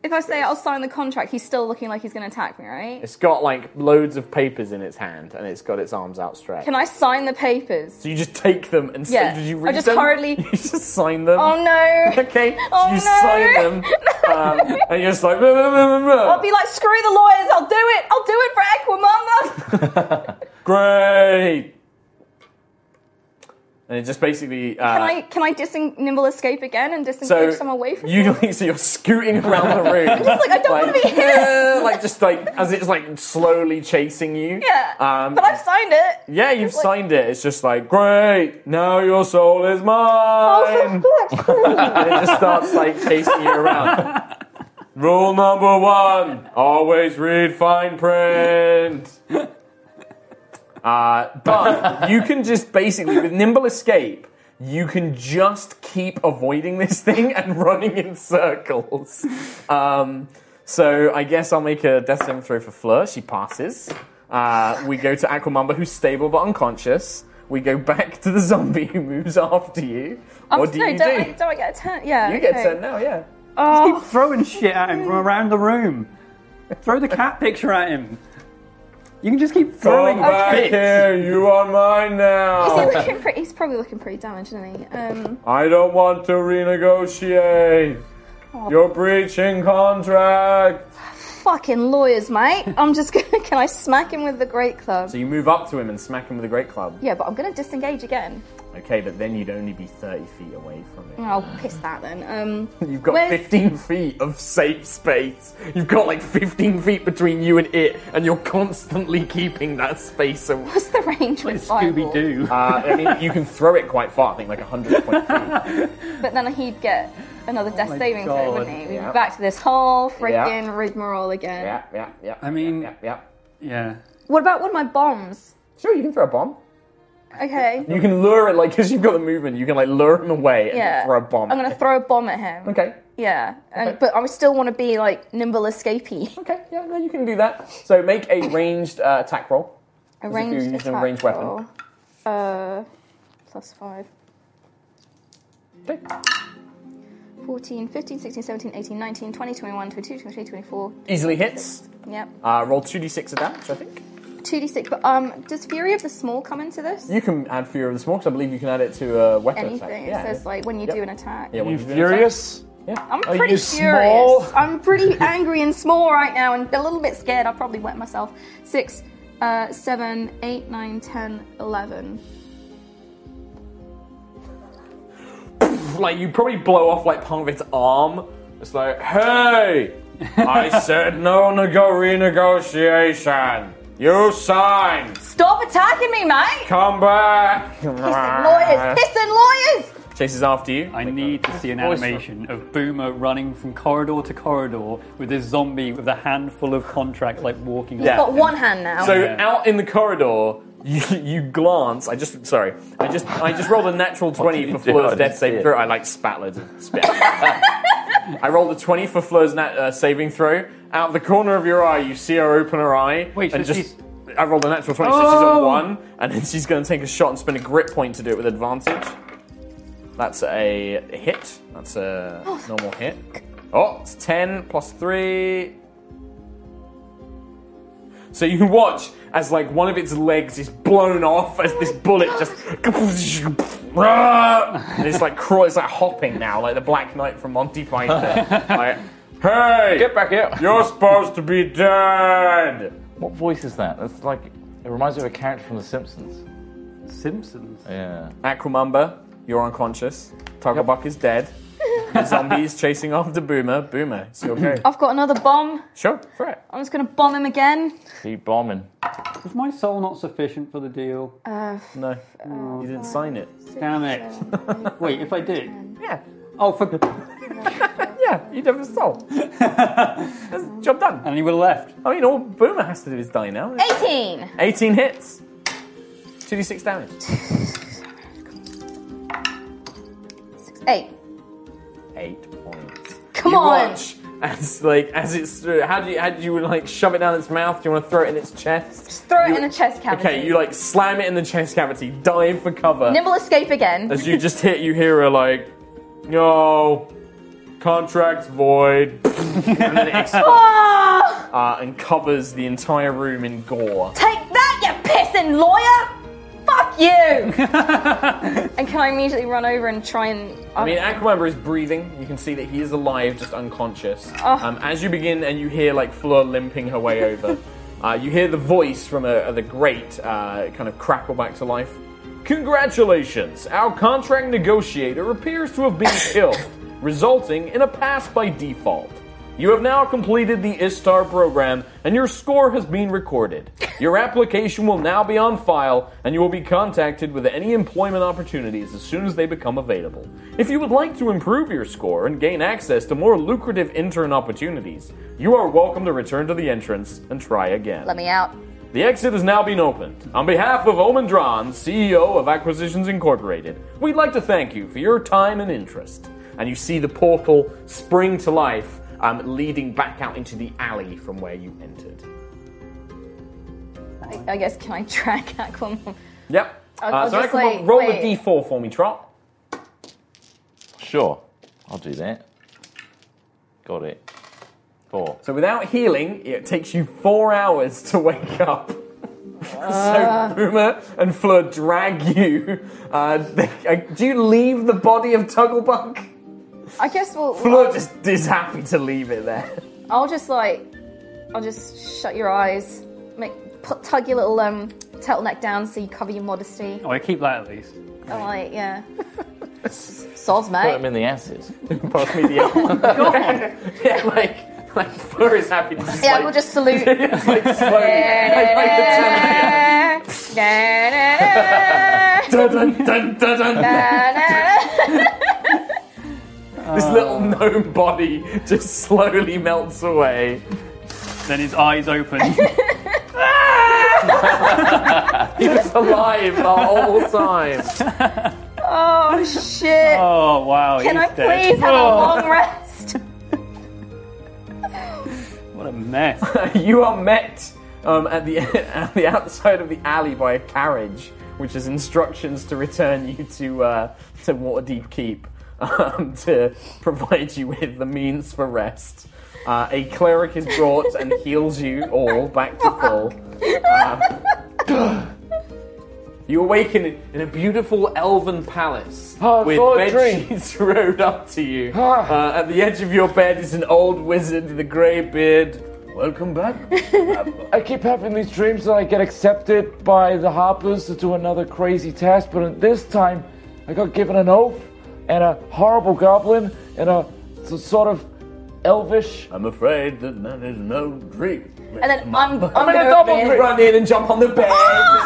If I say I'll sign the contract, he's still looking like he's going to attack me, right? It's got like loads of papers in its hand, and it's got its arms outstretched. Can I sign the papers? So you just take them and Yeah. did you I read just them? hurriedly- You just sign them. Oh no! Okay, so Oh, you no. sign them, um, and you're just like, "Blah, blah, blah, blah, blah." I'll be like, screw the lawyers. I'll do it. I'll do it for Aquamama. great. And it just basically. Uh, Can I can I disen- nimble escape again and so disengage some away from you him? like, so you're scooting around the room. like, I don't wanna be here. "Yeah," like just like as it's like slowly chasing you. Yeah. Um, but I've signed it. yeah, you've It's like- signed it. It's just like great. Now your soul is mine. Oh, for fuck's sake. and it just starts like chasing you around. Rule number one: always read fine print. Uh, but you can just basically with nimble escape, you can just keep avoiding this thing and running in circles. Um, so I guess I'll make a death saving throw for Fleur. She passes. Uh, we go to Aquamamba, who's stable but unconscious. We go back to the zombie who moves after you. I'm- what do no, you don't, I, do? don't I get a turn? Yeah. You get okay. turned now, yeah. Oh, Keep throwing shit at him from around the room. Throw the cat picture at him. You can just keep throwing bits. you are mine he's, now. looking pretty, he's probably looking pretty damaged, isn't he? Um, I don't want to renegotiate. You're breaching contract. fucking lawyers, mate. I'm just gonna. Can I smack him with the great club? So you move up to him and smack him with a great club. Yeah, but I'm gonna disengage again. Okay, but then you'd only be 30 feet away from it. I'll piss that then. Um, You've got where's- 15 feet of safe space. You've got like 15 feet between you and it, and you're constantly keeping that space away. What's the range with Scooby fireball? Doo. Uh, I mean, you can throw it quite far, I think like 120 feet. But then he'd get another death saving throw, God. wouldn't he? We'd Oh Yeah. be back to this whole freaking Yeah. rigmarole again. Yeah, yeah, yeah. I mean- yeah, yeah. yeah. What about one of my bombs? Sure, you can throw a bomb. Okay. You can lure it, like, because you've got the movement, you can, like, lure him away and Yeah. throw a bomb. I'm gonna throw a bomb at him. Okay. Yeah. And, But I still want to be like nimble escapee. Okay, yeah, no, you can do that. So make a ranged uh, attack roll. A if ranged you're using a attack ranged weapon. roll. Uh, plus 5. Okay. 14, 15, 16, 17, 18, 19, 20, 21, 22, 23, 24. Easily hits. Yep. Uh, roll 2d6 of damage, I think. 2d6. But um, does Fury of the Small come into this? You can add Fury of the Small, 'cause I believe you can add it to a weapon attack. Anything. Yeah, it says, yeah. like, when you Yep. do an attack. Yeah, when You you do an furious? attack. I'm Yeah. Are pretty you furious. small? I'm pretty angry and small right now and a little bit scared. I'll probably wet myself. 6, uh, 7, 8, 9, 10, 11. Like, you probably blow off, like, part of its arm. It's like, hey, I said no nego- renegotiation. You sign. Stop attacking me, mate! Come back. Pissing lawyers! Pissing lawyers! Chases after you. I need to see an animation of Boomer running from corridor to corridor with this zombie with a handful of contracts like walking. Yeah. Got one hand now. So out in the corridor, you, you glance. I just sorry. I just I just rolled a natural twenty did for you do? I Fleur's didn't death see saving it. throw. I like spat loads of spit. I rolled a twenty for Fleur's nat, uh, saving throw. Out of the corner of your eye, you see her open her eye Wait, and so just. she's- I rolled a natural 20, so she's on Oh! one, and then she's going to take a shot and spend a grit point to do it with advantage. That's a hit. That's a normal hit. Oh, it's 10 plus 3. So you can watch as like one of its legs is blown off as this bullet just and it's like craw- it's like hopping now, like the Black Knight from Monty Python. like, hey, Get back out. You're supposed to be dead. What voice is that? That's like it reminds me of a character from The Simpsons. Simpsons. Yeah. Aquamumba, you're unconscious. Tuggerbuck is dead. The zombie is chasing after Boomer. Boomer, it's your go. I've got another bomb. Sure, throw it. I'm just gonna bomb him again. Keep bombing. Was my soul not sufficient for the deal? No, you didn't sign it. Damn it. Wait, if I did. Yeah, Oh, for. yeah, you never sold. That's job done. And he would have left. I mean, all Boomer has to do is die now. 18! 18 hits. 2d6 damage. 8. Eight points. Come you on! Watch as like as it's through. How do you how do you like shove it down its mouth? Do you want to throw it in its chest? Throw it You- in the chest cavity. Okay, you like slam it in the chest cavity. Dive for cover. Nimble escape again. As you just hit, you hear her like, no, contract's void. and then it explodes Ah! uh, and covers the entire room in gore. Take that, you pissing lawyer! Fuck you! and can I immediately run over and try and. uh, I mean, Aquamember is breathing. You can see that he is alive, just unconscious. Um, as you begin and you hear like Fleur limping her way over, uh, you hear the voice from uh the grate uh, kind of crackle back to life. Congratulations! Our contract negotiator appears to have been killed, resulting in a pass by default. You have now completed the ISTAR program, and your score has been recorded. Your application will now be on file, and you will be contacted with any employment opportunities as soon as they become available. If you would like to improve your score and gain access to more lucrative intern opportunities, you are welcome to return to the entrance and try again. Let me out. The exit has now been opened. On behalf of Omen Dran, CEO of Acquisitions Incorporated, we'd like to thank you for your time and interest. And you see the portal spring to life, um, leading back out into the alley from where you entered. I, I guess, can I drag Aquaman? Yep. I'll- Uh, I'll so just, Aquaman, like, roll wait. a d4 for me, Trot. Sure. I'll do that. Got it. Four. So without healing, it takes you four hours to wake up. Uh. so Boomer and Fleur drag you. Uh, they, uh, do you leave the body of Tugglebuck? I guess we'll. Fleur just is happy to leave it there. I'll just like, I'll just shut your eyes, make put, tug your little um turtleneck down so you cover your modesty. Oh, I keep that at least. Oh, I'm like, yeah, soz Put him mate. in the acid. Pass me the God. yeah, like like Fleur is happy to just Yeah, like, we'll just salute. it's like slowly. I Da-da-da, like the dun, dun, dun, dun, dun, da-da-da. This little gnome body just slowly melts away. Then his eyes open. It's alive the whole time. oh shit! oh wow. Can he's I dead. please have Oh. a long rest? What a mess. You are met um, at, the, at the outside of the alley by a carriage, which is instructions to return you to, uh, to Waterdeep Keep um, to provide you with the means for rest. Uh, a cleric is brought and heals you all back to full. You awaken in a beautiful elven palace Oh, with God, bed dream. sheets rolled up to you. Ah. Uh, at the edge of your bed is an old wizard with a grey beard. Welcome back. I keep having these dreams that I get accepted by the Hoppers to do another crazy task, but this time I got given an oath and a horrible goblin and a s- sort of elvish. I'm afraid that that is no dream. And then I'm, I'm, in a gonna double be- dream. Run in and jump on the bed. Oh!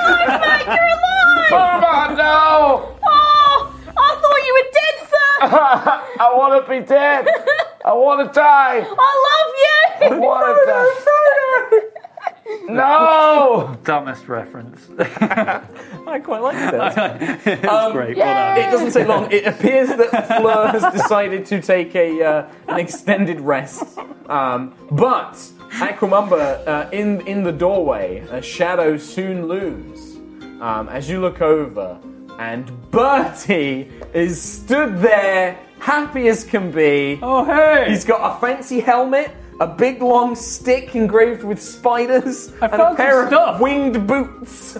Karma, Oh, no! Oh, I thought you were dead, sir. I want to be dead. I want to die. I love you. I want to die. No! Dumbest reference. I quite like this. That's great. Well done. It doesn't say long. It appears that Fleur has decided to take a uh, an extended rest. Um, but Aquamumba, uh, in in the doorway, a shadow soon looms um, as you look over, and Bertie is stood there, happy as can be. Oh hey! He's got a fancy helmet, a big long stick engraved with spiders, and a found some pair of stuff. winged boots.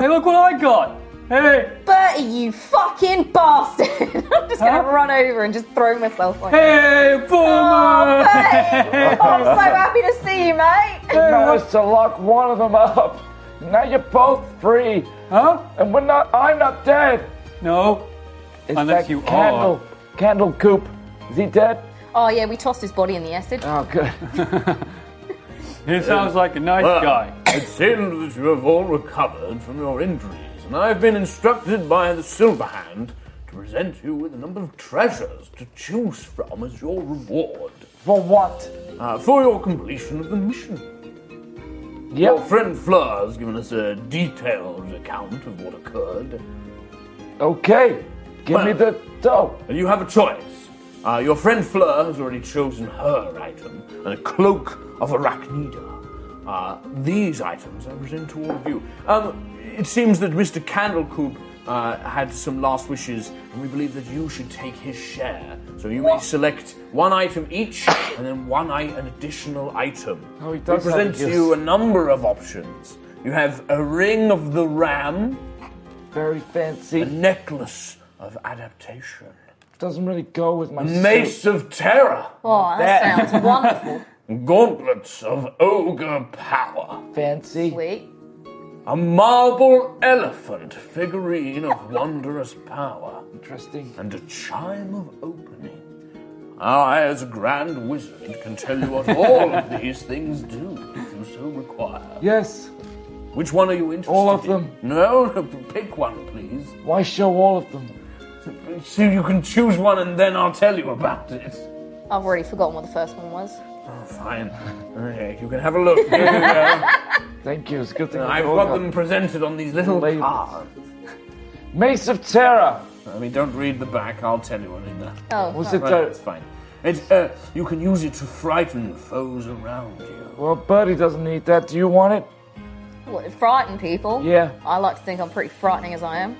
hey, look what I got! Hey, Bertie, you fucking bastard! I'm just gonna Huh? run over and just throw myself on you. hey, Oh, boomer! Bertie! Oh, I'm so happy to see you, mate! managed to lock one of them up. Now you're both free, Huh? and we're not. I'm not dead. Oh, No. It's Unless that you are. candle, candle coop. Is he dead? Oh, yeah, we tossed his body in the acid. Oh, good. He sounds like a nice Well, guy. It seems that you have all recovered from your injuries, and I have been instructed by the Silver Hand to present you with a number of treasures to choose from as your reward For what? uh, for your completion of the mission. Yep. Our friend Fleur has given us a detailed account of what occurred, okay. Give me the dough. and you have a choice. Uh, your friend Fleur has already chosen her item, and a cloak of Arachnida. Uh, these items I present to all of you. Um, it seems that Mr. Candlecoop uh, had some last wishes, and we believe that you should take his share. So you may select one item each, and then one I- an additional item. Oh, we he does have present a you a gift. number of options. You have a ring of the ram, Very a fancy. necklace of adaptation, Doesn't really go with my mace suit. of terror. Oh, that, sounds wonderful. Gauntlets of ogre power. Fancy. Sweet. A marble elephant figurine of wondrous power. Interesting. And a chime of opening. I, as a grand wizard, can tell you what all of these things do, if you so require. Yes. Which one are you interested in? All of them. No, pick one, please. Why show all of them? So you can choose one and then I'll tell you about it. I've already forgotten what the first one was. Oh, fine. Okay, you can have a look. Here you uh, go. Thank you. It's a good thing. I've you got all them presented on these little Labels. cards. Mace of Terror. I mean, don't read the back. I'll tell you what in there. Oh, Was oh. it? Right, Uh, it's fine. It, uh, you can use it to frighten foes around you. well, Birdie doesn't need that. Do you want it? What, frighten people? Yeah. I like to think I'm pretty frightening as I am.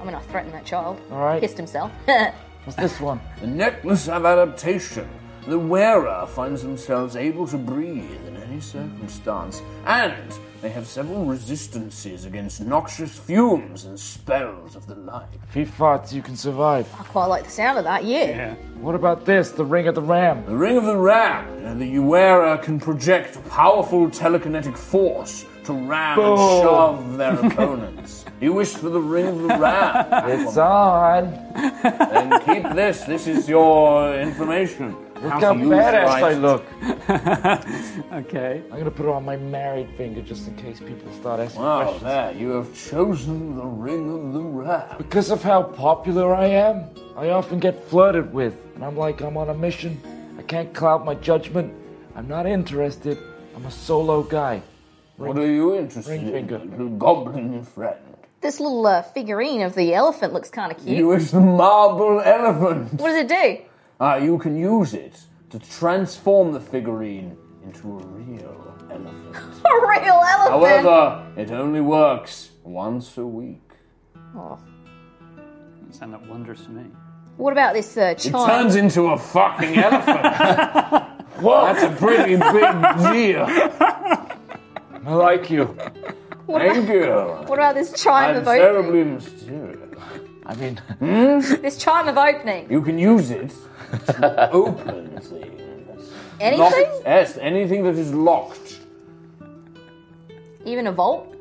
I mean, I threatened that child. All right. Kissed himself. What's this one? The necklace of adaptation. The wearer finds themselves able to breathe in any circumstance, and they have several resistances against noxious fumes and spells of the like. If he farts, you can survive. I quite like the sound of that, yeah. What about this? The Ring of the Ram. The Ring of the Ram. uh, The wearer can project powerful telekinetic force to ram and Boom. shove their opponents. You wish for the Ring of the Ram. It's on. And keep this. This is your information. Look how badass I look. Okay. I'm gonna put it on my married finger just in case people start asking Wow, questions. there. You have chosen the ring of the ram. Because of how popular I am, I often get flirted with, and I'm like, I'm on a mission. I can't cloud my judgment. I'm not interested. I'm a solo guy. What are you interested Ring in, finger. little goblin friend? This little uh, figurine of the elephant looks kind of cute. You wish the marble elephant. What does it do? Ah, you can use it to transform the figurine into a real elephant. A real elephant. However, it only works once a week. Oh. Doesn't sound that wondrous to me. What about this uh, It child? turns into a fucking elephant. What? That's a pretty big deal. I like you. Thank you. what about this chime of That's opening? terribly mysterious. I mean, This chime of opening. You can use it to open things. Anything? Locked. Yes, anything that is locked. Even a vault?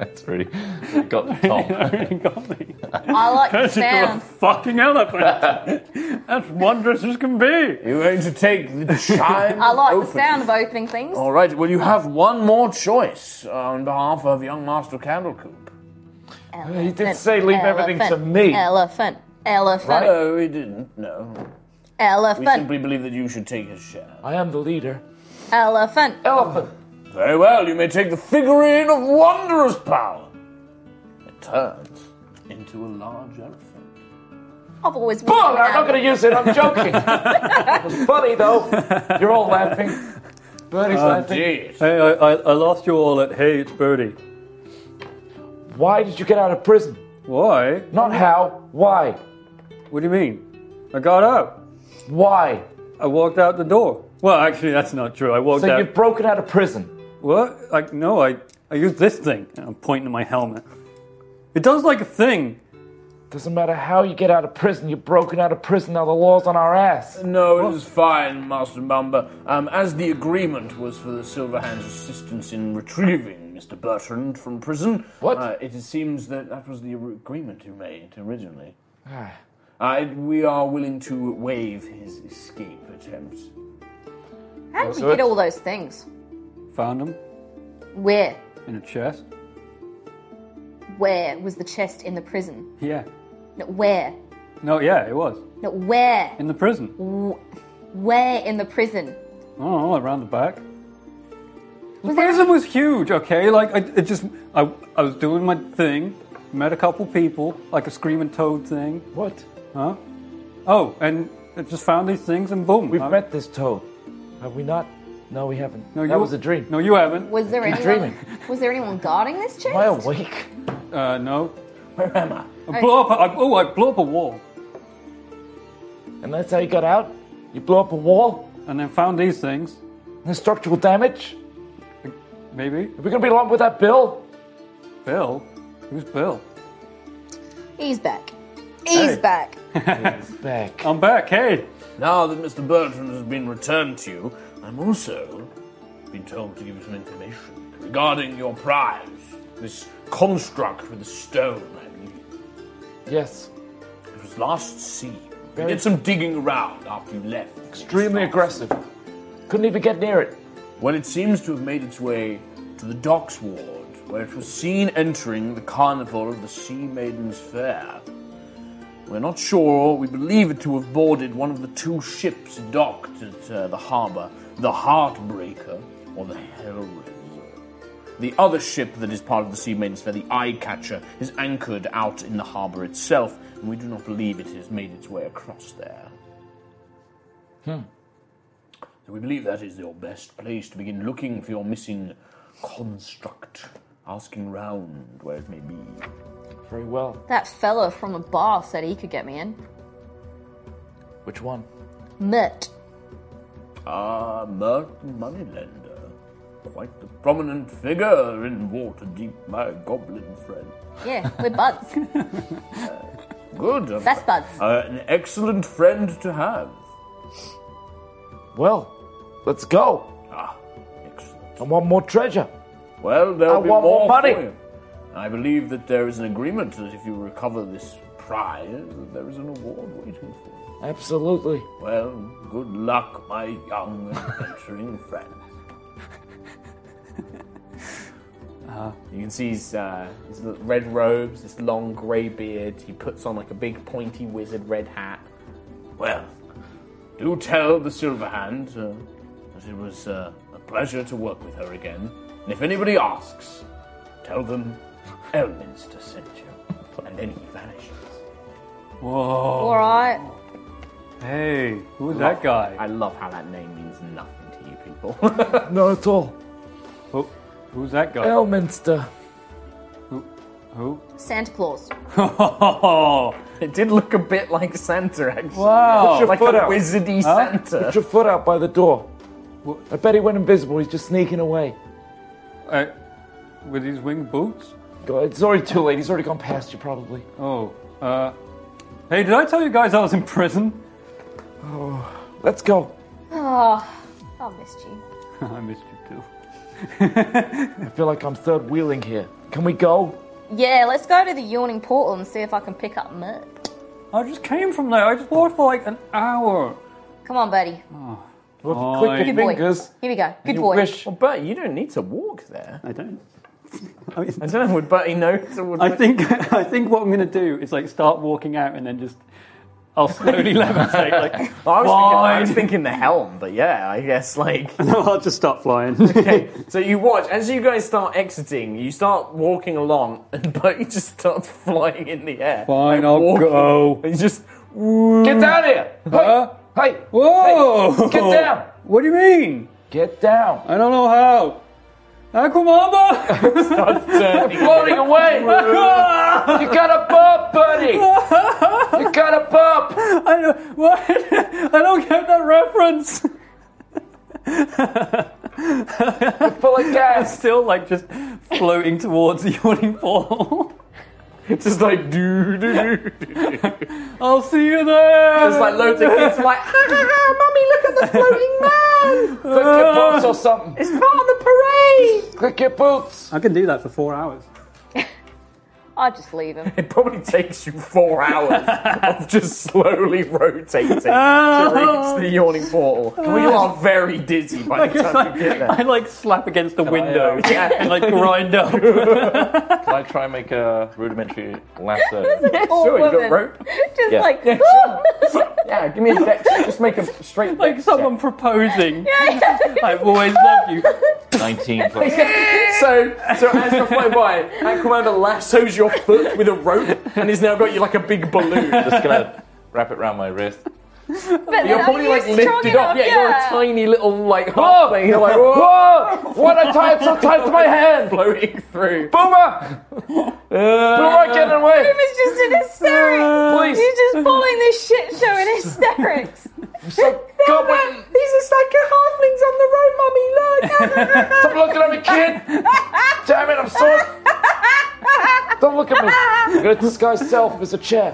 it's really really got the top. I like the sound. fucking elephant. That's wondrous as can be. You're going to take the chime. I like open. the sound of opening things. All right. Well, you have one more choice uh, on behalf of young Master Candlecoop. Elephant, He did say leave everything to me. Elephant. Elephant. No, we didn't. No. We Elephant. simply believe that you should take a share. I am the leader. Elephant. Elephant. Very well. You may take the figurine of wondrous power. It turns into a large elephant. I've always Bull, wanted I'm an not going to use it. I'm joking. it was funny though. You're all laughing. Bernie's Oh, laughing. Jeez. Hey, uh, I, I, I lost you all at Hey, it's Birdie. Why did you get out of prison? Why? Not how. Why? What do you mean? I got up. Why? I walked out the door. Well, actually, that's not true. I walked So out. you've broken out of prison. What? I, no, I, I used this thing. And I'm pointing at my helmet. It does like a thing. Doesn't matter how you get out of prison. You're broken out of prison. Now the law's on our ass. No, it is fine, Master Bumba. Um, as the agreement was for the Silver Hand's assistance in retrieving Mr. Bertrand from prison, What? Uh, it seems that that was the ar- agreement you made originally. Ah. Uh, it- we are willing to waive his escape attempt. elephant. How did you So get it's- all those things? Found him Where? in a chest. Where was the chest in the prison? Yeah. No, where? No, yeah, it was. No, where? In the prison. Where in the prison? Oh, around the back. The prison was huge, okay? Like, I, it just, I, I was doing my thing, met a couple people, like a screaming toad thing. What? Huh? Oh, and I just found these things and boom. We've I- met this toad. Have we not? No, we haven't. No, that you- was a dream. No, you haven't. Was there He's anyone? dreaming. Was there anyone guarding this chest? Am I awake? Uh, no. Where am I? I blew up. a- I, oh, I blew up a wall, And that's how you got out? You blew up a wall? and then found these things. No structural damage? Maybe Are we going to be along with that bill? Bill. Who's Bill? He's back. Hey. He's back. Back. I'm back. Hey. Now that Mr. Bertrand has been returned to you, I'm also been told to give you some information regarding your prize. This construct with a stone, I believe. Yes. It was last seen. We Very- did some digging around after you left. Extremely aggressive. Couldn't even get near it. Well, it seems to have made its way to the docks ward, where it was seen entering the carnival of the Sea Maidens Fair. We're not sure. We believe it to have boarded one of the two ships docked at uh, the harbour, the Heartbreaker or the Hellraiser. The other ship that is part of the Sea Maidens Fair, the Eye Catcher, is anchored out in the harbour itself, and we do not believe it has made its way across there. So we believe that is your best place to begin looking for your missing construct, asking round where it may be. Very well. That fella from the bar said he could get me in. Which one? Mert. Ah, Merton Moneylender. Quite the prominent figure in Waterdeep, my goblin friend. Yeah, we're buds. Good. um, Best buds. uh, an excellent friend to have. Well, let's go. Ah, excellent. I want more treasure. Well, there'll I be want more more money. for you. I believe that there is an agreement that if you recover this prize, that there is an award waiting for you. Absolutely. Well, good luck, my young adventuring friend. you can see his, uh, his l- red robes, this long grey beard. He puts on like a big pointy wizard red hat. Well, do tell the Silverhand uh, that it was uh, a pleasure to work with her again. And if anybody asks, tell them Elminster sent you. And then he vanishes. Whoa. All right. Hey. Who was that guy? Oh. I love how that name means nothing to you. people. Not at all. Who, who's that guy? Elminster. Who? Santa Claus. Oh, it did look a bit like Santa, actually. Wow. Put your Like foot a out. wizardy Put Santa. your foot out by the door. I bet he went invisible. He's just sneaking away. uh, with his winged boots? God, It's already too late. He's already gone past you, probably. Oh, uh, hey, did I tell you guys I was in prison? Let's go. Oh, I missed you. I missed you too. I feel like I'm third wheeling here. Can we go? Yeah, let's go to the yawning portal and see if I can pick up Mert. I just came from there. I just walked for like an hour. Come on, buddy. Well, if you Oh, click your Good Boy. fingers. Here we go. Good you boy. wish. Well, Bertie, you don't need to walk there. I don't. I, mean, I don't know, would Bertie know? To would I think I think what I'm gonna do is like start walking out and then just I'll slowly levitate. Like I was, thinking, I was Fine. thinking the helm, but yeah, I guess like. I'll just start flying. Okay, so you watch as you guys start exiting. You start walking along, and Bertie just starts flying in the air. Fine, Like, I'll walking. go. And you just Get down here! Hey! Huh? Hey! Whoa! Hey, get down! What do you mean? Get down! I don't know how. Aquamamba! You're floating away! you got a bump, buddy! You got a bump! I don't, what? I don't get that reference. Full of gas! Still like just floating towards the yawning portal. it's just like doo doo doo. I'll see you there. There's like loads of kids like, ha ha ha, mummy, look at the floating man. It's Click Uh, your boots or something! part of the parade. Click your boots! I can do that for four hours. I just leave him. It probably takes you four hours of just slowly rotating to Oh. reach the yawning portal. you are very dizzy by the Just time you get like, there. I like slap against the window uh, yeah. and like grind up. Can I try and make a rudimentary lasso? Poor Sure, you got woman. rope. Just Yeah. like. Yeah, give me a deck. Just make a straight like dex someone proposing. yeah. I've always loved you. 19 plus. check. So, so as you're flying by, Aquaman lassos your foot with a rope and he's now got you like a big balloon. Just gonna wrap it around my wrist. But You're then probably are like you lifted strong enough? up. Yeah, you're a tiny little like half thing. You're like whoa, Whoa! Oh, What a tie so tight to my hand! floating through. Boomer! Boomer, get away! He was just in hysterics. Please. He's just pulling this shit show in hysterics. So, No, go no, away! These are like a halflings on the road, mummy. Look. No, no, no, Stop looking at me, kid! Damn it, I'm sorry! Don't look at me! I'm gonna disguise self as a chair.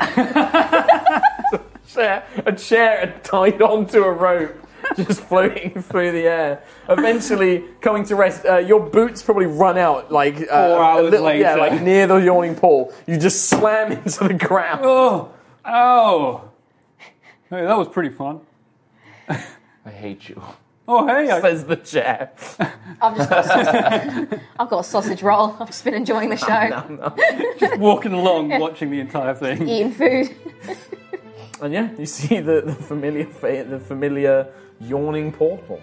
chair, a chair tied onto a rope, just floating through the air. Eventually, coming to rest, uh, your boots probably run out like uh, Four hours a little, Yeah, later. like near the yawning pool. You just slam into the ground. Oh, ow. Hey, that was pretty fun. I hate you. Oh, hey. I, Says the chair. I've just got a sausage. I've got a sausage roll. I've just been enjoying the show, just walking along, watching the entire thing. eating food. And yeah, you see the, the familiar fa- the familiar yawning portal.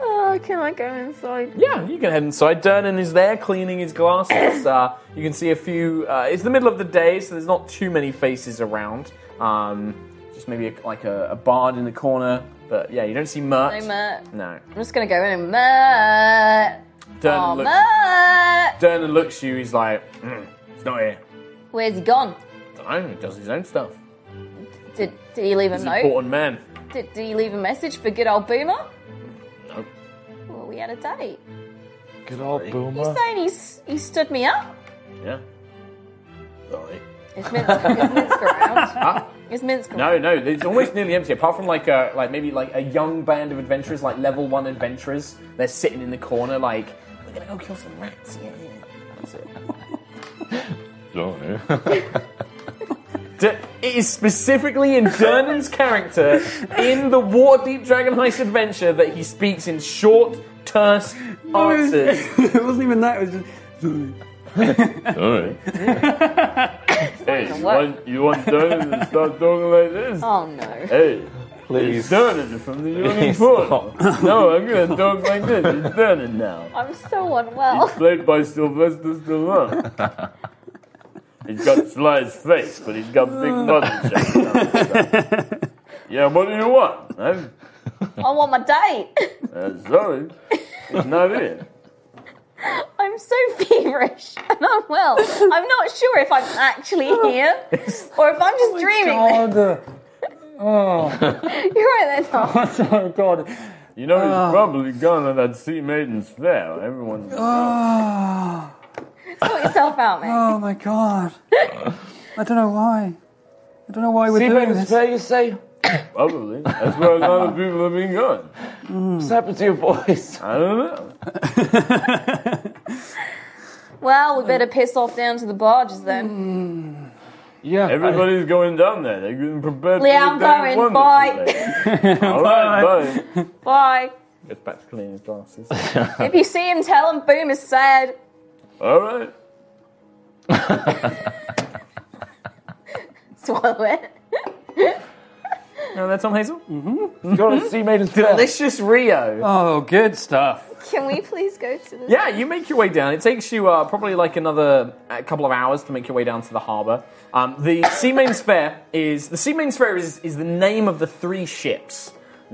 Oh, can I go inside? Yeah, you can head inside. Dernan is there cleaning his glasses. Uh, you can see a few. Uh, it's the middle of the day, so there's not too many faces around. Um, just maybe a, like a, a bard in the corner. But yeah, you don't see Mert. Hey, Mert. No. I'm just gonna go in and Mert. Dernan, Oh, looks, Mert. Dernan looks at you, he's like, mm, it's not here. Where's he gone? I don't know, he does his own stuff. Did, did he leave a He's an note? important man. Did, did he leave a message for good old Boomer? No. Well, we had a date. Good old You Boomer. saying he's, he stood me up? Yeah. Sorry. Is Minsk, is Minsk around? Is Minsk around? No, no, it's almost nearly empty. Apart from like a like maybe like a young band of adventurers, like level one adventurers. They're sitting in the corner, like we're gonna go kill some rats. Yeah, yeah, yeah." That's it. D- It is specifically in Dernan's character in the Waterdeep Dragon Heist adventure that he speaks in short, terse answers. it wasn't even that. It was just. Alright. hey, you want- you want Dernan to start talking like this? Oh no. Hey, Please. Dernan from the Union Stop. No, I'm gonna talk like this. It's Dernan now. I'm so unwell. played by Sylvester Stallone. he's got Sly's face, but he's got big nothing. yeah, what do you want? I want my date. Uh, Zoe is not it. I'm so feverish and unwell. I'm not sure if I'm actually here or if I'm Oh just dreaming. You're right there, Tom. oh god. You know, he's probably gone on that sea maiden's fair. Everyone's. Oh, Sort yourself out, mate. oh my god. I don't know why. I don't know why we're doing Seaman's this. fair, you say? Probably. That's where a lot of people have been going. What's happened to your voice? I don't know. Well, we better piss off down to the barges then. Yeah. Everybody's going down there. They're getting prepared Yeah, for I'm the day going. wonder Bye. today. All right, bye. Bye. Gets back to cleaning his glasses. If you see him, tell him Boom is sad. All right. Swallow it. Now that's on Hazel. I go to Sea Maiden's fair. Delicious Rio. Oh, good stuff. Can we please go to the Yeah, you make your way down. It takes you uh, probably like another uh, couple of hours to make your way down to the harbour. Um, the Seaman's Fair is the Seaman's Fair is, is the name of the three ships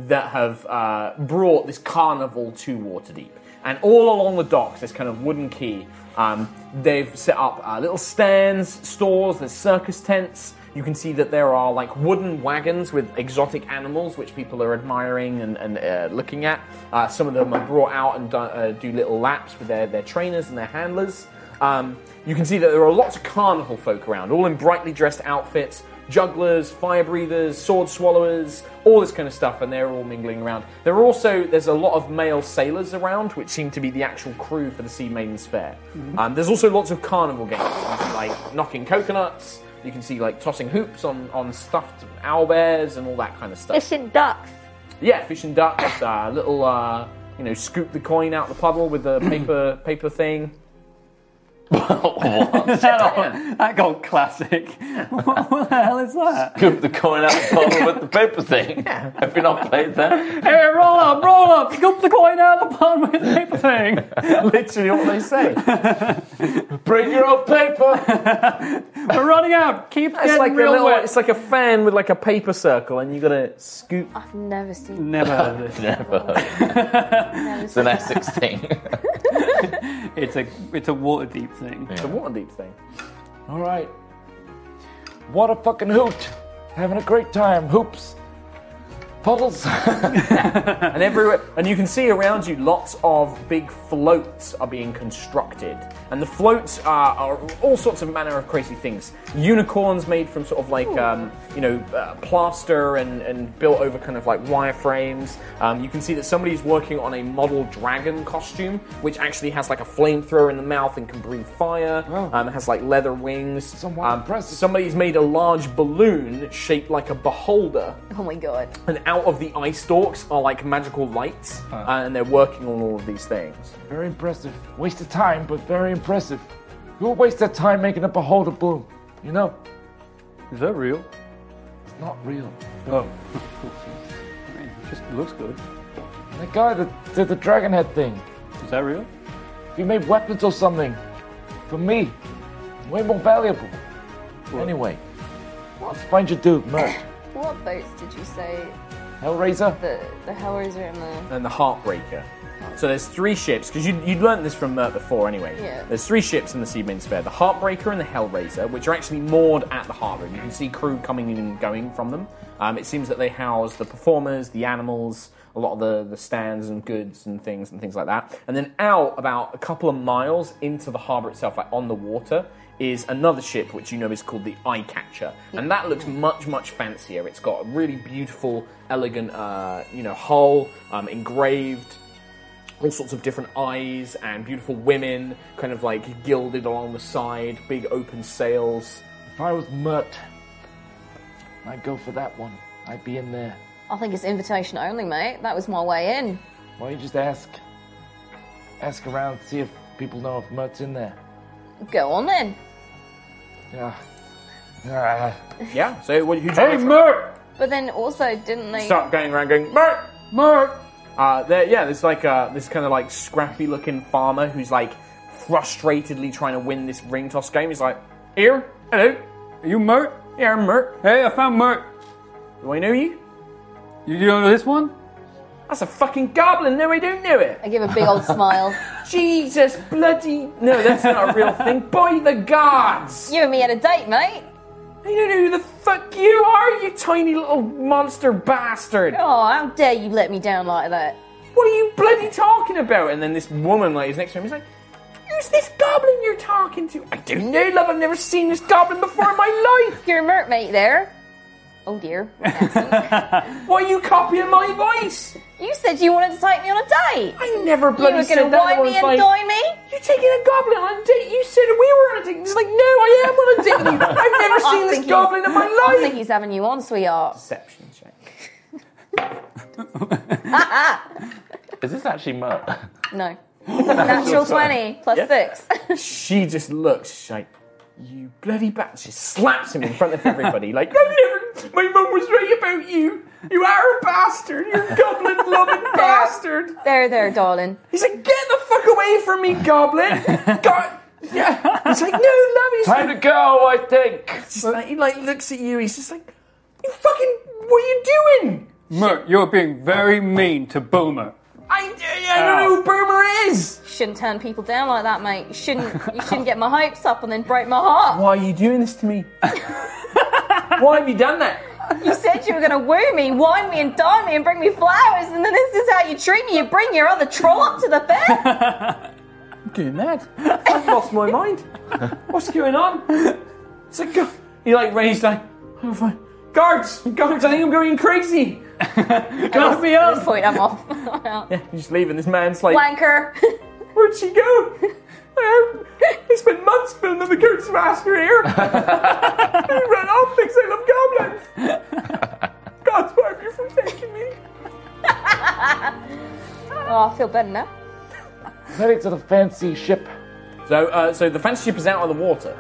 that have uh, brought this carnival to Waterdeep. And all along the docks, this kind of wooden key, um, they've set up uh, little stands, stores, there's circus tents. You can see that there are like wooden wagons with exotic animals, which people are admiring and, and uh, looking at. Uh, some of them are brought out and do, uh, do little laps with their, their trainers and their handlers. Um, you can see that there are lots of carnival folk around, all in brightly dressed outfits jugglers, fire breathers, sword swallowers, all this kind of stuff, and they're all mingling around. There are also there's a lot of male sailors around, which seem to be the actual crew for the Sea Maiden's Fair. Um, there's also lots of carnival games, You can see, like knocking coconuts. You can see like tossing hoops on on stuffed owlbears and all that kind of stuff. fishing ducks? Yeah, fish and ducks. Uh, little, uh, you know, scoop the coin out the puddle with the paper paper thing. That got classic. what, what the hell is that? Scoop the coin out the bottle with the paper thing. Have you not played that? Hey, roll up, roll up, scoop the coin out of the pond with the paper thing. Literally what they say. Bring your own paper. We're running out. Keep It's getting like a real little, wet. it's like a fan with like a paper circle, and you gotta scoop. I've never seen Never heard of this. It's an Essex thing. It's a it's a water deep thing. It's a water deep thing. All right. What a fucking hoot. Having a great time. Hoops. Puddles. And everywhere, and you can see around you lots of big floats are being constructed, and the floats are, are all sorts of manner of crazy things. Unicorns made from sort of like um, you know uh, plaster and, and built over kind of like wireframes. Um, you can see that somebody's working on a model dragon costume, which actually has like a flamethrower in the mouth and can breathe fire. Um, it has like leather wings. Um, Somewhat impressive. Somebody's made a large balloon shaped like a beholder Oh my god. and out of the ice stalks are like magical lights, uh, and they're working on all of these things. very impressive. Waste of time, but very impressive. Who would waste their time making up a holder bloom? You know, Is that real? it's not real. Oh, I mean, it just looks good. That guy that did the dragon head thing. Is that real? If he made weapons or something, for me, way more valuable. Anyway, let's find your dude, Merc. What boats did you say Hellraiser? the the Hellraiser and the And the Heartbreaker. So there's three ships, because you, you'd learned this from Mert before anyway. Yeah. There's three ships in the Seaman's Fair the Heartbreaker and the Hellraiser, which are actually moored at the harbour. You can see crew coming in and going from them. Um, it seems that they house the performers, the animals, a lot of the, the stands and goods and things and things like that. And then out about a couple of miles into the harbour itself, like on the water, is another ship which you know is called the Eye Catcher, and that looks much much fancier. It's got a really beautiful, elegant, uh, you know, hull, um, engraved all sorts of different eyes and beautiful women, kind of like gilded along the side, big open sails. If I was Mert, I'd go for that one. I'd be in there. I think it's invitation only, mate. That was my way in. Why don't you just ask? Ask around, see if people know if Mert's in there. Go on then. Yeah. Ah. Yeah. So what you Hey, Mert! But then also didn't they Start going around going Mert, Mert. Uh, there, yeah, there's like uh, this kind of like scrappy looking farmer who's like frustratedly trying to win this ring toss game. He's like, here, hello, Are you Mert? here, Mert. Hey, I found Mert. Do I know you? You, you know this one? That's a fucking goblin. No, I don't know it. I give a big old smile. Jesus bloody. No, that's not a real thing. By the gods! You and me had a date, mate. I don't know who the fuck you are, you tiny little monster bastard. Oh, how dare you let me down like that? What are you bloody talking about? And then this woman, like, is next to him. He's like, Who's this goblin you're talking to? I don't know, love. I've never seen this goblin before in my life. You're a mermaid there. Oh dear. Why are you copying my voice? you said you wanted to take me on a date. I never You bloody were said going to that. wine me Everyone's and like, dine me. You're taking a goblin on a date. You said we were on a date. He's like, no, I am on a date. with you. I've never I seen this think he's- goblin in my I life. think he's having you on, sweetheart. Perception check. Is this actually Mert? No. Natural 20 plus 6. She just looks she's like, you bloody bat. She slaps him in front of everybody. like, I never. My mum was right about you. You are a bastard. You're a goblin loving bastard. there, there, darling. He's like, get the fuck away from me, goblin. God. Yeah. He's like, no, love. He's Time to go, I think. just like, he like looks at you. He's just like, you fucking. What are you doing? Mert, you're being very mean to Boomer. I, I, I Oh. don't know who Boomer is. Shouldn't turn people down like that, mate. You shouldn't. You shouldn't get my hopes up and then break my heart. Why are you doing this to me? Why have you done that? You said you were going to woo me, wine me, and dine me, and bring me flowers, and then this is how you treat me. You bring your other troll up to the bed. I'm going mad. I've lost my mind. What's going on? It's like go- he like raised like, oh, fine. guards, guards. I think I'm going crazy. Guard me At this up. point, I'm off. Yeah, he's leaving. This man's like, Blanker. where'd she go? I I spent months building the goats of Aster here. he ran off thinks I love goblins. God's why are you from taking me? Oh, I feel better now. Let's head to the fancy ship. So, uh, so the fancy ship is out of the water.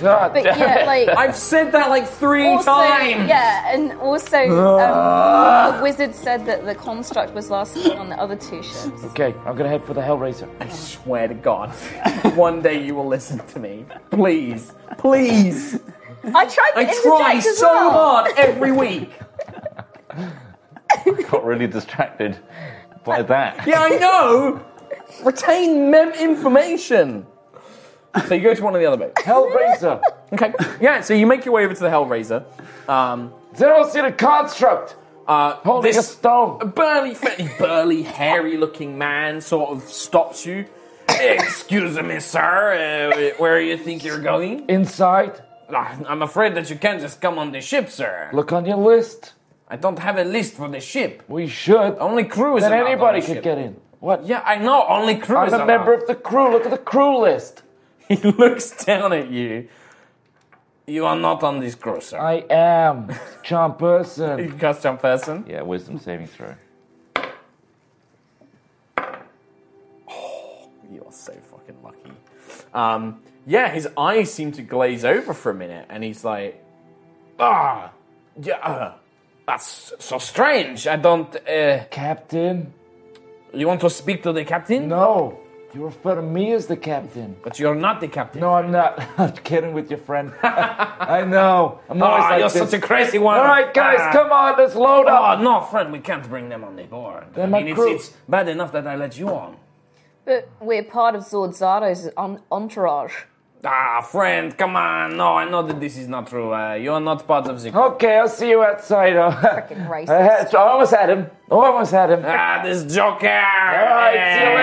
God But damn yeah, it. like I've said that like three also, times. yeah, and also um, the wizard said that the construct was last seen on the other two ships. Okay, I'm gonna head for the Hellraiser. I swear to God, one day you will listen to me. Please, please. I tried to I interject try as so well. hard every week. Got really distracted by that. Yeah, I know. Retain mem information. So you go to one of the other boats. Hellraiser! Okay. Yeah. So you make your way over to the Hellraiser. Um, then I'll see the construct uh, holding a this um stone. burly, fairly burly, hairy-looking man sort of stops you. Excuse me, sir. Uh, where do you think you're going? Inside, Ah, I'm afraid that you can't just come on the ship, sir. look on your list. I don't have a list for the ship. We should. Only crew is Then allowed on anybody the could ship. get in. What? Yeah, I know. Only crew I'm is a allowed. member of the crew. Look at the crew list. He looks down at you. You are not on this crew, sir. I am John Person. You custom person. Yeah, wisdom saving throw. You are so fucking lucky. Um, yeah, his eyes seem to glaze over for a minute, and he's like, ah, yeah, uh, that's so strange. I don't. Uh, Captain? you want to speak to the captain? No. You refer to me as the captain. But you're not the captain. No, I'm not. I'm kidding with your friend. I know. I'm always Ah, like you're this. such a crazy one. All right, guys, Ah. come on. Let's load up. Oh no, friend, we can't bring them on the board. I uh, my mean, it's, crew- it's bad enough that I let you on. But we're part of Zord Zardo's en- entourage. Ah, friend, come on. No, I know that this is not true. Uh, you are not part of the. Okay, I'll see you outside. Oh. racist. I, had, I almost had him. Almost had him. Ah, this Joker. All right, see you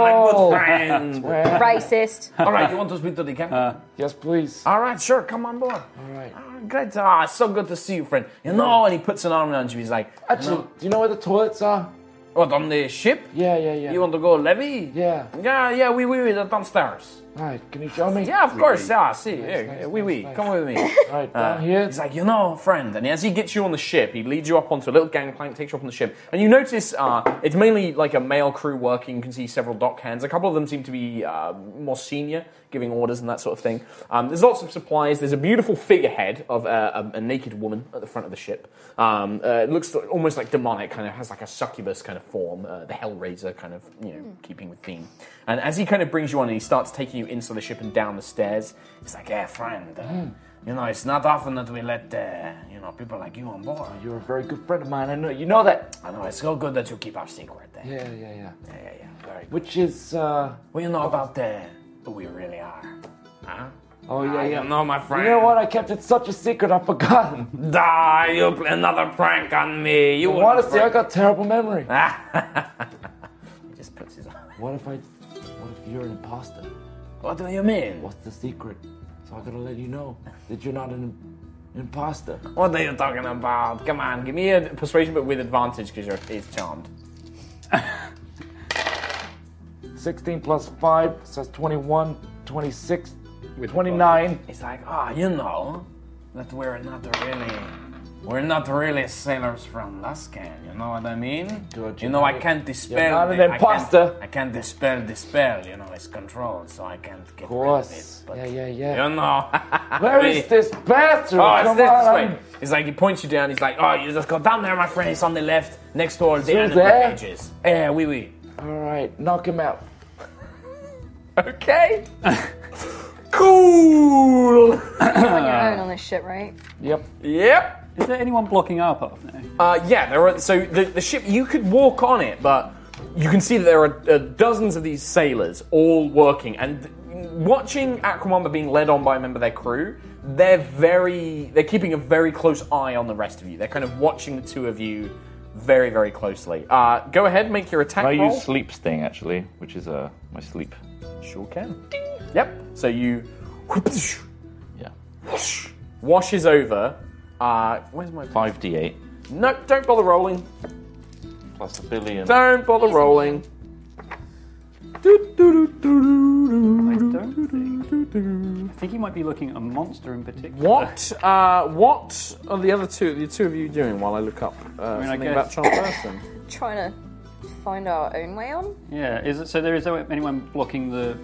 later, asshole. My good friend. Racist. All right, you want to speak to the captain? Yes, please. All right, sure, come on board. All right. Great. Ah, so good to see you, friend. You know, and he puts an arm around you. He's like, Actually, no. do you know where the toilets are? what, on the ship? Yeah, yeah, yeah. You want to go levy? Yeah. Yeah, yeah, we, we, we, downstairs. All right, can you show me? Yeah, of course. Ah, see, here, nice, we, we, nice, nice. come with me. All right, down here. Uh, He's like, you know, friend. And as he gets you on the ship, he leads you up onto a little gangplank, takes you up on the ship. And you notice uh, it's mainly like a male crew working. You can see several dock hands. A couple of them seem to be uh, more senior, giving orders and that sort of thing. Um, there's lots of supplies. There's a beautiful figurehead of uh, a, a naked woman at the front of the ship. Um, uh, it looks almost like demonic, kind of has like a succubus kind of form, uh, the Hellraiser kind of, you know, keeping with theme. And as he kind of brings you on and he starts taking you you inside the ship and down the stairs. He's like, "Yeah, friend, uh, you know, it's not often that we let uh, you know people like you on board. You're a very good friend of mine. I know you know that. I know it's so good that you keep our secret. eh? Yeah, yeah, yeah. Yeah, yeah, yeah. Very good. Which is uh What do you know about uh, who we really are? Huh? oh yeah, I yeah. don't know, my friend. You know what? I kept it such a secret. I've forgotten. Die! You play another prank on me. You What is the? I got terrible memory. He just puts his. What if I? What if you're an imposter? What do you mean? What's the secret? So I gotta let you know that you're not an imposter. What are you talking about? Come on, give me a persuasion, but with advantage because you're he's charmed. 16 plus 5 says 21, 26, With the 29. He's like, ah, you know, that we're not really, we're not really sailors from Lascan. You know what I mean? Good, you you know, I know. can't dispel. not an the- I can't- imposter. I can't dispel dispel. You know, it's controlled, so I can't get Of rid of it. course. But Yeah, yeah, yeah. you know, Where is this bathroom? Oh, it's Come this, on, this I'm- way. He's like, he points you down. He's like, oh, you just go down there, my friend. It's on the left, next door, the Through animal there? cages. Yeah, we oui, oui. All right, knock him out. Okay. cool. on your own on this shit, right? Yep. Yep. Is there anyone blocking our path now? Uh, yeah, there are. So the, the ship, you could walk on it, but you can see that there are uh, dozens of these sailors all working and watching Aquamamba being led on by a member of their crew. They're very, they're keeping a very close eye on the rest of you. They're kind of watching the two of you very, very closely. Uh, go ahead, make your attack I roll. use sleep sting actually, which is uh, my sleep. Sure can. Yep. So you Yeah. washes over. Uh, where's my Five d eight No, don't bother rolling. plus a billion. Don't bother rolling. I don't think. I think he might be looking at a monster in particular. What? Uh, what are the other two? The two of you doing while I look up uh, mean, I something about guess- Charles Person? Trying to find our own way on. Yeah, is it, so there is no anyone blocking the.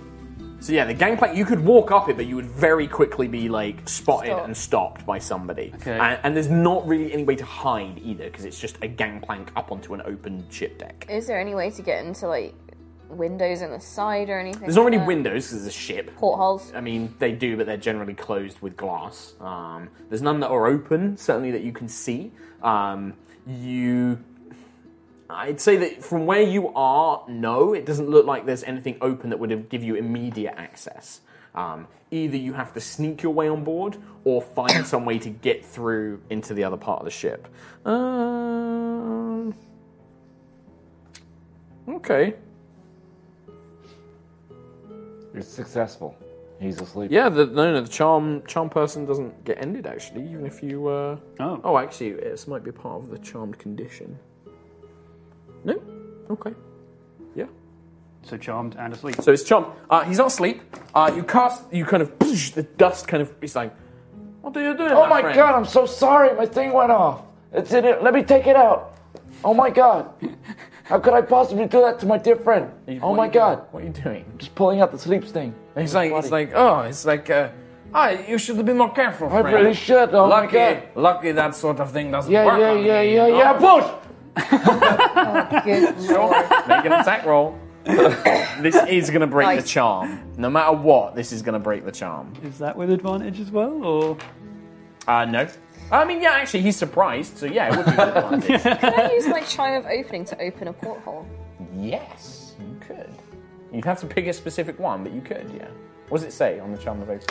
So yeah, the gangplank. You could walk up it, but you would very quickly be like spotted Stop. and stopped by somebody. Okay. And, and there's not really any way to hide either, because it's just a gangplank up onto an open ship deck. Is there any way to get into like windows in the side or anything? There's not really like that? windows because it's a ship. Portholes. I mean, they do, but they're generally closed with glass. Um, there's none that are open, certainly that you can see. Um, you, I'd say that from where you are, no, it doesn't look like there's anything open that would give you immediate access. Um, either you have to sneak your way on board, or find some way to get through into the other part of the ship. Um, okay. You're successful. He's asleep. Yeah, the, no, no, the charm charm person doesn't get ended actually, even if you. Uh... Oh. Oh, actually, this might be part of the charmed condition. No. Okay. Yeah. So charmed and asleep. So it's charmed. Uh, he's not asleep. Uh, you cast. You kind of. The dust kind of. He's like, "What are you doing?" Oh my friend?" god, I'm so sorry. My thing went off. It's in it. Let me take it out. Oh my god. How could I possibly do that to my dear friend? Oh What my are you doing? god. What are you doing? Just pulling out the sleep sting. He's like. He's like. Oh, it's like. Uh, Ah, you should have been more careful. I friend. really should. Oh my lucky, god. lucky that sort of thing doesn't Yeah, work. yeah, on yeah, me, yeah, you know? yeah. Push. Good lord. Make an attack roll. this is going to break the Nice. charm. No matter what, this is going to break the charm. Is that with advantage as well, or Uh, no. I mean, yeah, actually, he's surprised, so yeah, it would be with advantage. Can I use my chime of opening to open a porthole? Yes, you could. You'd have to pick a specific one, but you could, yeah. What does it say on the charm of oath?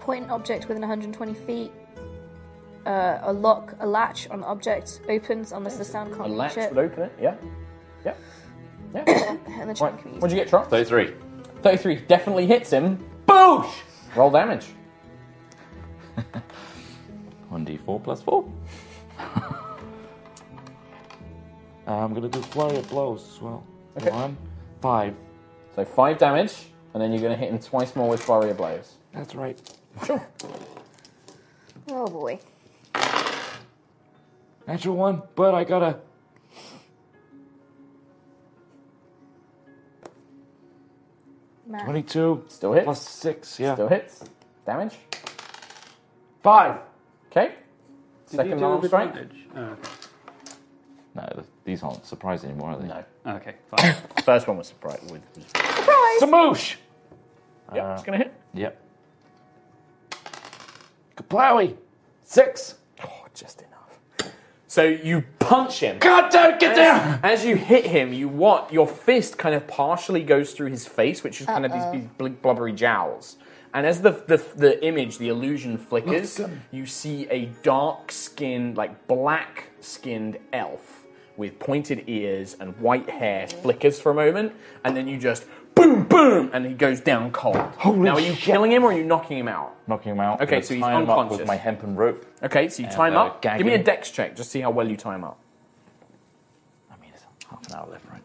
Point an object within 120 feet. Uh, a lock, a latch on the object opens unless the sound A can't latch reach it. would open it, yeah? Yeah. Yeah. And the chime right. can be What'd used. you get, Trot? Thirty three. 33 definitely hits him. Boosh! Roll damage. One d four plus four. Uh, I'm gonna do flurry of blows as well. One, five. So five damage, and then you're going to hit him twice more with Flurry of Blows. That's right. Oh boy. Natural one, but I got a Matt. 22 Still hits. plus 6, yeah. Still hits. Damage. 5. Okay. Second do arm strike. uh, advantage? Oh, okay. No, These aren't surprised anymore, are they? No. Okay, fine. First one was surprise. With, was, Samoosh! yeah, it's gonna hit. Yep. Kaplowy! Six! Oh, just enough. So you punch him. God damn it, get down! As you hit him, you what? Your fist kind of partially goes through his face, which is kind of these, these bl- blubbery jowls. And as the, the the image, the illusion flickers, Look at 'em. you see a dark skinned, like black skinned elf with pointed ears and white hair flickers for a moment, and then you just boom, boom, and he goes down cold. Holy now, are you shit. killing him or are you knocking him out? Knocking him out. Okay, and so he's tie him up unconscious. with my hempen rope. Okay, so you And, time uh, up. Give me a gagging. dex check, just see how well you time up. I mean, it's half an hour left, right?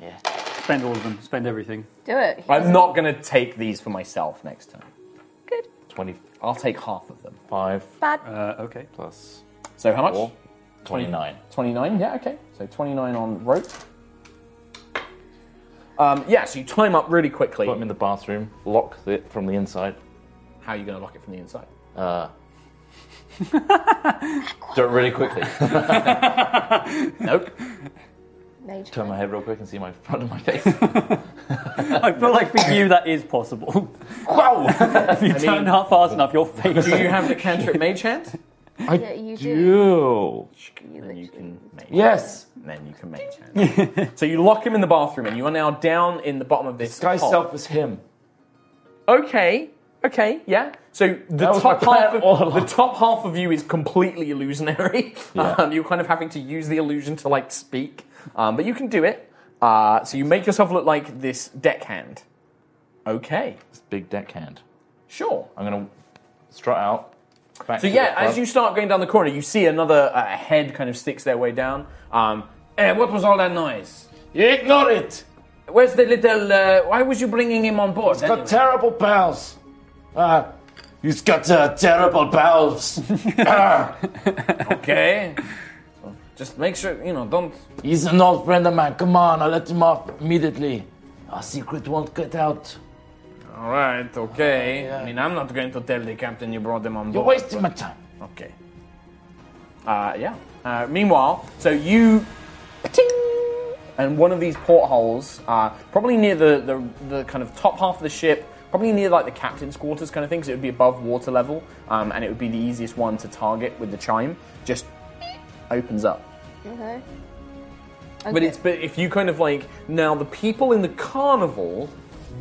Yeah. Spend all of them. Spend everything. Do it. I'm not going to take these for myself next time. Good. 25 I'll take half of them. Bad. Uh, okay. plus So how much? 4. 29. 29, yeah, okay. So 29 on rope. Um, yeah, so you time up really quickly. Put him in the bathroom, lock it from the inside. How are you going to lock it from the inside? Uh, do it really quickly. Nope. Nature. Turn my head real quick and see my front of my face. I feel like for you that is possible. wow! if you turn up fast enough, your face. Do you have the cantrip mage hand? I Yeah, you do. Then you can mage. Yes! Then you can mage hand. so you lock him in the bathroom and you are now down in the bottom of this. Sky hole. self is him. Okay. Okay. Yeah. So the was top my plan half all of, along. the top half of you is completely illusionary. Yeah. Um, you're kind of having to use the illusion to like speak, um, but you can do it. Uh, so you make yourself look like this deckhand. Okay. It's big deckhand. Sure. I'm going to strut out. Back So to yeah, the as front. you start going down the corner, you see another uh, head kind of sticks their way down. Um, eh, what was all that noise? You ignore it! Where's the little? Uh, why was you bringing him on board? Got terrible bowels. Uh, he's got uh, terrible bowels. Ah, Okay. So just make sure you know. Don't he's an old friend of mine. Come on, I'll let him off immediately. Our secret won't get out. All right, okay. Uh, yeah. I mean, I'm not going to tell the captain you brought them on You're board. wasting my time. Okay. Uh, yeah. Uh, meanwhile, so you, ting, and one of these portholes, uh, probably near the, the the kind of top half of the ship, probably near like the captain's quarters kind of thing, because it would be above water level, um, and it would be the easiest one to target with the chime. Just opens up. Okay. But it's but if you kind of like now the people in the carnival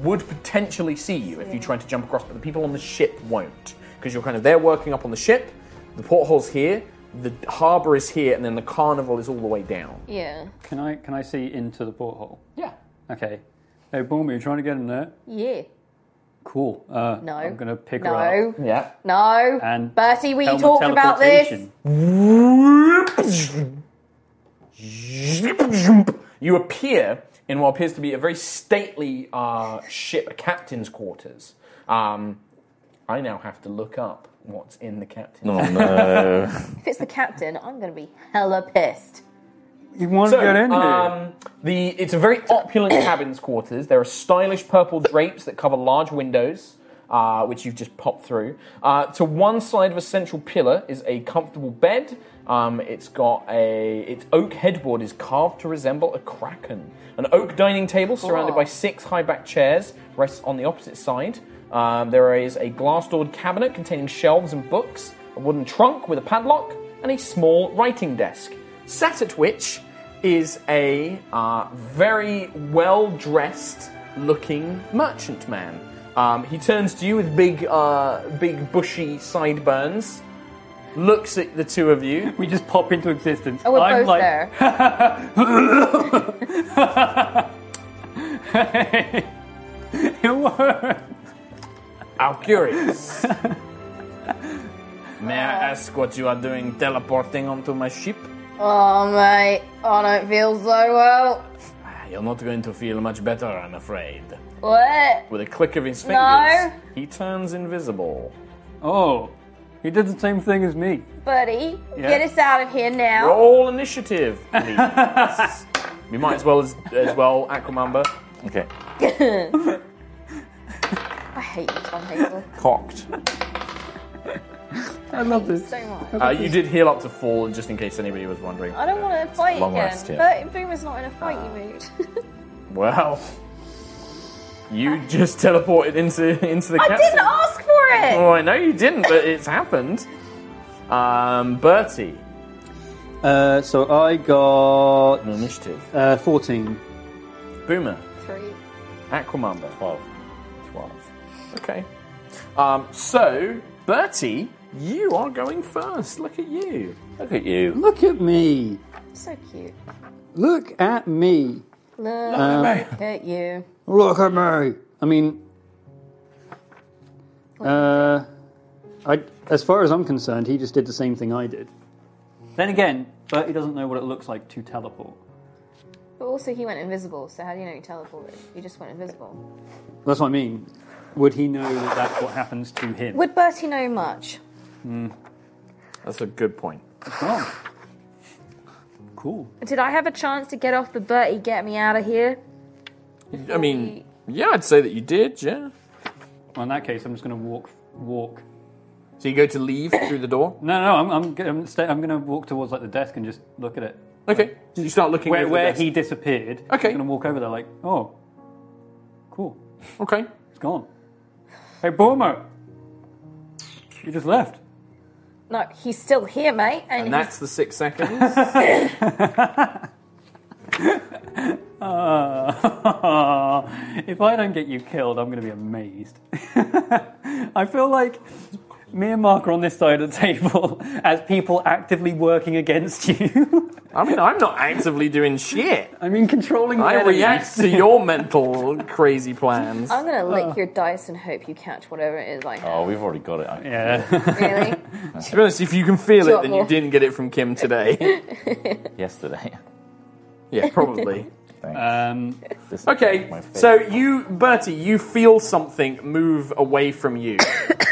would potentially see you if you tried to jump across, but the people on the ship won't because you're kind of there working up on the ship. The porthole's here, the harbour is here, and then the carnival is all the way down. Yeah. Can I can I see into the porthole? Yeah. Okay. Hey, Bulma, you trying to get in there? Yeah. Cool. Uh, No. I'm gonna pick no. her up. Yeah. No. And Bertie, we helmet talked about this. teleportation. You appear in what appears to be a very stately uh, ship captain's quarters. Um, I now have to look up what's in the captain's. Oh no. If it's the captain, I'm going to be hella pissed. You want So, to get in uh, here? um, the it's a very opulent cabin's quarters. There are stylish purple drapes that cover large windows, uh, which you've just popped through. Uh, to one side of a central pillar is a comfortable bed. Um, it's got a its oak headboard is carved to resemble a kraken. An oak dining table surrounded by six high back chairs rests on the opposite side. Um, there is a glass doored cabinet containing shelves and books, a wooden trunk with a padlock, and a small writing desk. Sat at which is a uh, very well dressed looking merchant man. Um, he turns to you with big, uh, big bushy sideburns, looks at the two of you. we just pop into existence. Oh, we're I'm both like, there. it worked. I'm curious. May I ask what you are doing teleporting onto my ship? Oh, mate. I don't feel so well. You're not going to feel much better, I'm afraid. What? With a click of his fingers, No. he turns invisible. Oh, he did the same thing as me. Buddy, Yeah. get us out of here now. Roll initiative, please. we might as well as, as well, Aquamamba. okay. I hate you, Tom Hazel. Cocked. I love this. so much. Uh, you did heal up to full, just in case anybody was wondering. I don't want to fight long again. rest, yeah. But Boomer's not in a fighty mood. Well, you just teleported into into the. I capsule. didn't ask for it. Oh, I know you didn't, but it's happened. Um, Bertie, Uh, so I got initiative. uh, 14. Boomer, Three. Aquamamba. Twelve. Twelve. Okay. Um, so Bertie, you are going first. Look at you. Look at you. Look at me. So cute. Look at me. Look at you. Look at me. I mean, uh, I, as far as I'm concerned, he just did the same thing I did. Then again, Bertie doesn't know what it looks like to teleport. But also, he went invisible. So how do you know he teleported? You just went invisible. That's what I mean. Would he know that that's what happens to him? Would Bertie know much? That's a good point. Oh. Cool. Did I have a chance to get off the Bertie? Get me out of here. I mean, yeah, I'd say that you did. Yeah. Well, in that case, I'm just going to walk. Walk. So you go to leave through the door. No, no, I'm, I'm, g- I'm, sta i I'm going to walk towards like the desk and just look at it. Okay. So you start looking Where, over where the desk. he disappeared. Okay. I'm going to walk over there like, oh, cool. Okay. It's gone. Hey, Boomer. You just left. No, he's still here, mate. And, And he's- that's the six seconds. Uh, if I don't get you killed, I'm going to be amazed. I feel like me and Mark are on this side of the table as people actively working against you. I mean, I'm not actively doing shit. I mean, controlling the I enemy. react to your mental crazy plans. I'm gonna lick your dice and hope you catch whatever it is I have. Oh, we've already got it. I- Yeah. Really? To be honest, if you can feel it, then you Trouble. didn't get it from Kim today. Yesterday. yeah, probably. Thanks. Um, This is Okay, my favorite. so you, Bertie, you feel something move away from you.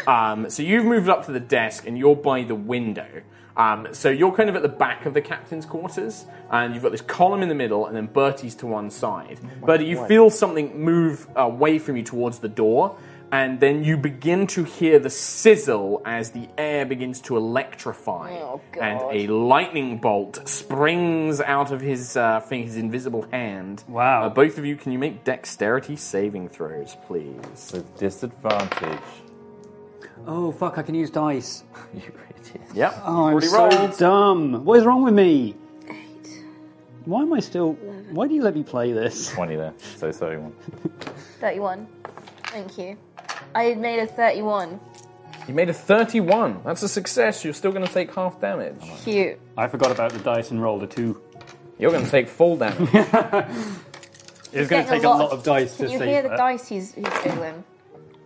um, so you've moved up to the desk and you're by the window. Um, so you're kind of at the back of the captain's quarters, and you've got this column in the middle, and then Bertie's to one side. Bertie, you feel something move away from you towards the door, and then you begin to hear the sizzle as the air begins to electrify, Oh, God. and a lightning bolt springs out of his uh, thing, his invisible hand. Wow. Uh, both of you, can you make dexterity saving throws, please? With disadvantage. oh, fuck, I can use dice. You idiot. Yep. Oh, I'm Already so rolled. dumb. What is wrong with me? Why am I still. Why do you let me play this? 20 there. So sorry, one. 31. Thank you. I made a 31. You made a 31. That's a success. You're still going to take half damage. Cute. I forgot about the dice and rolled a two. You're going to take full damage. It's going to Getting take a lot of dice to Can you save hear the that. dice he's, he's fiddling?